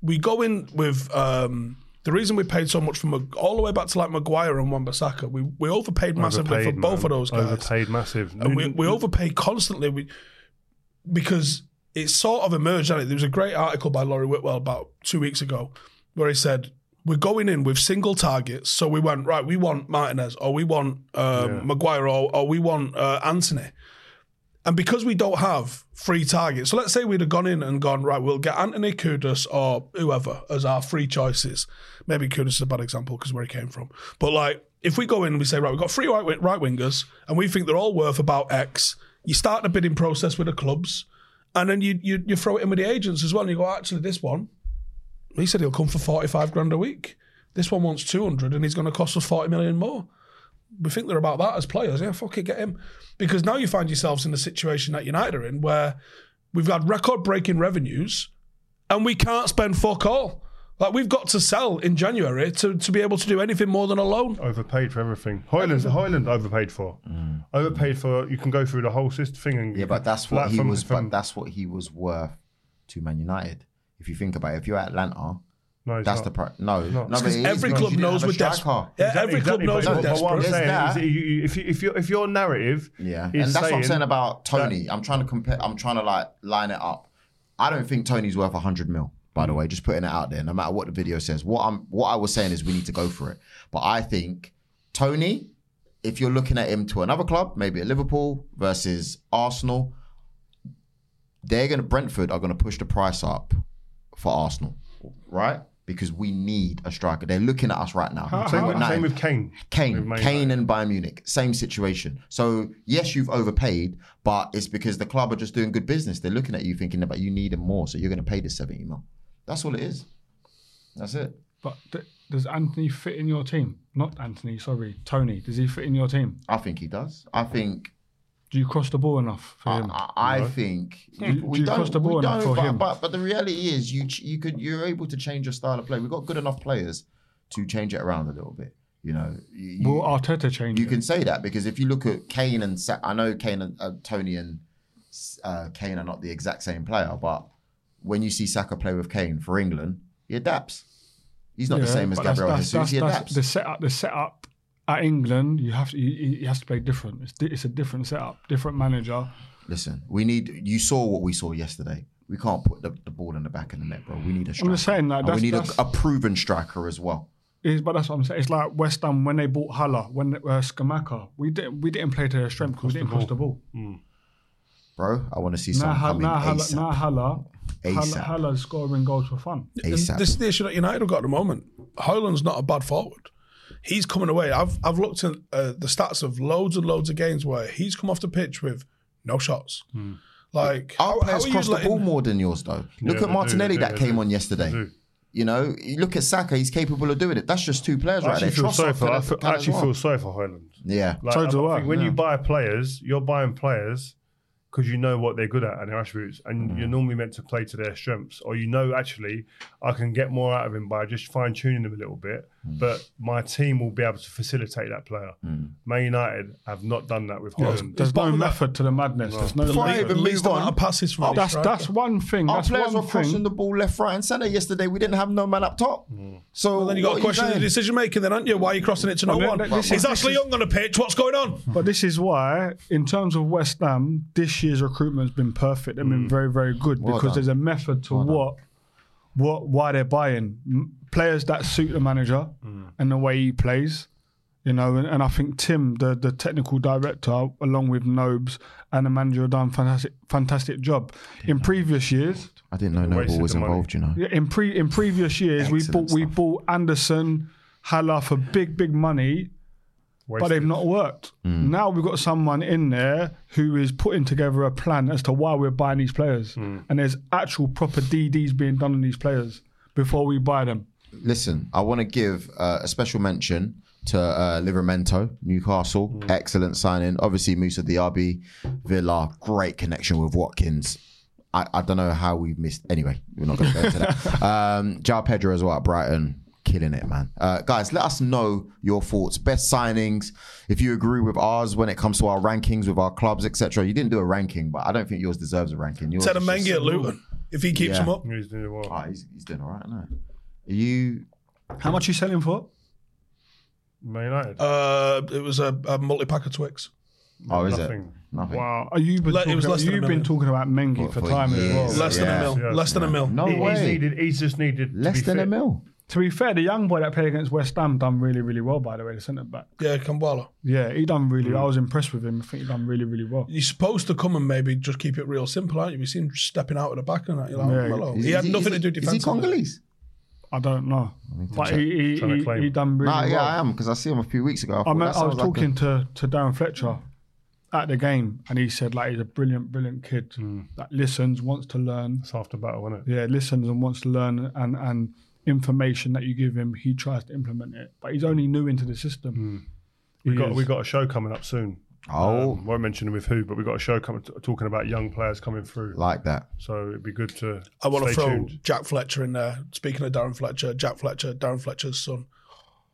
we go in with um, the reason we paid so much for Mag- all the way back to like Maguire and Wan-Bissaka. We we overpaid massively for
Overpaid,
both of
man.
those guys.
Overpaid massive.
And we, we overpay constantly we, because it sort of emerged. hasn't it? There was a great article by Laurie Whitwell about two weeks ago where he said, We're going in with single targets. So we went, Right, we want Martinez or we want um, Maguire or, or we want uh, Anthony. And because we don't have free targets, so let's say we'd have gone in and gone, right, we'll get Anthony Kudus or whoever as our free choices. Maybe Kudus is a bad example because where he came from. But like, if we go in and we say, right, we've got three right, right wingers and we think they're all worth about X, you start the bidding process with the clubs and then you, you, you throw it in with the agents as well. And you go, actually, this one, he said he'll come for 45 grand a week. This one wants 200 and he's going to cost us 40 million more we think they're about that as players. Yeah, fuck it, get him. Because now you find yourselves in the situation that United are in where we've had record breaking revenues and we can't spend fuck all. Like we've got to sell in January to, to be able to do anything more than a loan.
overpaid for everything. Hoyland, Hoyland overpaid for. Overpaid for. You can go through the whole system thing and
Mm. Yeah, but that's what
like,
he
from-
was.
from-
but that's what he was worth to Man United. If you think about it, if you're Atlanta,
No, he's
that's
not.
the pri No,
It's
no,
not.
but
It's 'cause
it is
every
because
club
you didn't
knows
have a
we're desperate.
striker.
Yeah, every club knows we're But what I'm desperate. saying is that you- you- if you- if you're- if you're narrative,
yeah, and
is
that's what I'm
saying
saying about Tony. I'm trying to compare. I'm trying to like line it up. I don't think Tony's worth 100 mil. By the way, just putting it out there. No matter what the video says, what I'm what I was saying is we need to go for it. But I think Tony, if you're looking at him to another club, maybe at Liverpool versus Arsenal, they're going to Brentford are going to push the price up for Arsenal, right? Because we need a striker. They're looking at us right now.
How- Same how- with-
United-
same with Kane. With
Kane,
Man
Kane, and Bayern Munich, same situation. So yes, you've overpaid, but it's because the club are just doing good business. They're looking at you thinking about you need them more, so you're going to pay the seventy mil. That's all it is. That's it.
But th- does Anthony fit in your team? Not Anthony, sorry, Tony. Does he fit in your team?
I think he does. I think.
Do you cross the ball enough for
I,
him?
I- I think
Do, do you cross the ball
we
enough
don't,
for
but,
him?
But, but the reality is, you ch- you could you're able to change your style of play. We've got good enough players to change it around a little bit. You know, you,
Will Arteta change?
You can say that because if you look at Kane and Sa- I know Kane and uh, Tony and uh, Kane are not the exact same player, but when you see Saka play with Kane for England, he adapts. He's not the
Yeah,
same as
but that's-
Gabriel
that's-
Jesus. He
that's-
adapts.
that's The setup, the setup at England, you have to, you, you- you have to play different. It's, di- it's a different setup, different manager.
Listen, we need. You saw what we saw yesterday. We can't put the, the ball in the back of the net, bro. We need a striker.
just saying that
And
that's-
we need a,
that's-
a proven striker as well.
It's, but that's what I'm saying. It's like West Ham when they bought Haller, when uh, Skamaka. We didn't we didn't play to their strength because we didn't cross the ball.
Bro, I want to see
Now,
someone
Hal-
come in
now, Haller,
ASAP.
now Haller, Haller,
ASAP.
Haller's scoring goals for fun.
And
ASAP.
This is the issue that United have got at the moment. Hoyland's not a bad forward. He's coming away. I've I've looked at uh, the stats of loads and loads of games where he's come off the pitch with no shots.
Hmm.
Like
Our players
are you
cross the
letting-
ball more than yours, though. Look
they
at
do,
Martinelli
they do,
that
they
came
do.
on yesterday. You know, you look at Saka; he's capable of doing it. That's just two players
I
right
actually
there.
feel
Trossard
sorry for.
can-
I feel-
can
I
as
actually
well.
feel sorry for Hoyland.
Yeah,
Like,
So
I-
do
I
I,
think when
yeah.
you buy players, you're buying players because you know what they're good at and their attributes, and
Mm.
you're normally meant to play to their strengths, or you know actually I can get more out of him by just fine tuning him a little bit.
Mm.
But my team will be able to facilitate that player. Man United have not done that with
There's,
Holland.
there's no method to the madness. There's no
Before I
method.
even
the least
move
amount
on.
of passes from
Oh,
any
That's
striker.
that's one thing.
Our
that's
players were
one
crossing
thing.
the ball left, right, and centre yesterday. We didn't have no man up top.
Mm.
So
Well, then you got
what
a
are
question of the
saying?
decision making, then, aren't you? Why are you crossing it to no
Well,
one?
then, this
is
is-
Ashley Young on the pitch? What's going on?
But this is why, in terms of West Ham, this year's recruitment's been perfect. They've been very, very good
Well
because
done.
there's a method to what, what, why they're buying M- players that suit the manager and the way he plays. You know, and, and I think Tim, the the technical director, along with Nobes and the manager, have done fantastic fantastic job. In previous years,
I didn't know Noble was involved, you know.
yeah, in pre in previous years, we bought we bought Anderson, Haller for big big money, but they've not worked.
Mm.
Now we've got someone in there who is putting together a plan as to why we're buying these players, and there's actual proper DDs being done on these players before we buy them.
Listen, I want to give uh, a special mention to uh, Livermento, Newcastle. Excellent signing. Obviously, Musa Diaby, Villa, great connection with Watkins. I, I don't know how we've missed. Anyway, we're not going to go into that. Um, Jao Pedro as well at Brighton, killing it, man. Uh, guys, let us know your thoughts. Best signings. If you agree with ours when it comes to our rankings with our clubs, etc. You didn't do a ranking, but I don't think yours deserves a ranking. Yours
Ted
is just-
Mengi at Luton. If he keeps
Yeah.
him up,
he's doing well.
he's, he's doing all right, now. Are you?
How much you selling for?
Man United.
Uh, it was a, a multi pack of Twix.
Oh, is
Nothing.
it? Nothing.
Wow, you've been
Le- it
talking
was
about,
less than a
you've been
million.
talking about Mengi
What,
for,
for
time as well.
years? Less than a mil.
Yeah. Less than a mil.
No
He- he's
way.
needed- he's just needed to
Less
be
than a
fit.
mil.
To be fair, the young boy that played against West Ham done really, really well. By the way, the centre back.
Yeah, Kambala.
Yeah, he done really. I was impressed with him. I think he done really, really well.
You're supposed to come and maybe just keep it real simple, aren't you? We see him stepping out of the back and that. You're like,
Yeah.
hello.
Is-
he had
is he-
nothing
is
to do
he- is
defensively.
he Congolese? I don't know, but
check.
he he,
Trying to
he,
claim
he
him.
done really
Nah,
well.
yeah, I am because I see him a few weeks ago. I,
I,
thought,
mean,
that
I was
sounds like a-
talking to, to Darren Fletcher at the game, and he said like he's a brilliant, brilliant kid
Hmm.
that listens, wants to learn. It's
after battle, isn't
it? Yeah, listens and wants to learn, and and information that you give him, he tries to implement it. But he's only new into the system.
Hmm. We
He
got
is.
we got a show coming up soon.
Oh.
Um, won't mention with who, but we got a show coming t- talking about young players coming through.
Like that.
So it'd be good to.
I want to
stay
throw
tuned.
Jack Fletcher in there. Speaking of Darren Fletcher, Jack Fletcher, Darren Fletcher's son.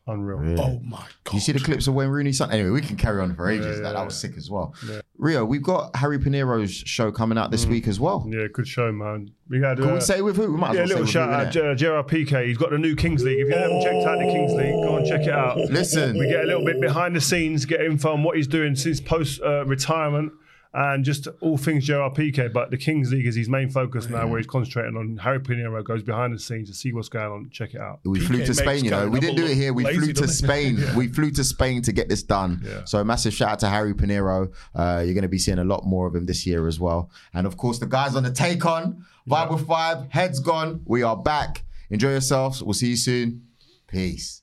Unreal.
Oh my!
You see the clips of Wayne Rooney's son? Anyway, we can carry on for
Yeah,
ages. that,
yeah,
that
yeah.
was sick as well. Rio, we've got Harry Panero's show coming out this
Mm.
week as well.
Yeah, good show, man. We had.
Can
uh,
we say with who? We might as
yeah,
well say
little
with
shout
who,
out
innit?
Ger- Gerard Piqué. He's got the new Kings League. If you haven't checked out the Kings League, go and check it out.
Listen.
we get a little bit behind the scenes, get info on what he's doing since post uh, retirement. And just all things Gerard Piqué, but the Kings League is his main focus now, where he's concentrating on. Harry Pinero goes behind the scenes to see what's going on. Check it out.
We flew to Spain, you know. We didn't do it here. We flew to Spain. We flew to Spain to get this done. So a massive shout out to Harry Pinero. Uh, you're going to be seeing a lot more of him this year as well. And of course, the guys on the take on Vibe with Five, heads gone. We are back. Enjoy yourselves. We'll see you soon. Peace.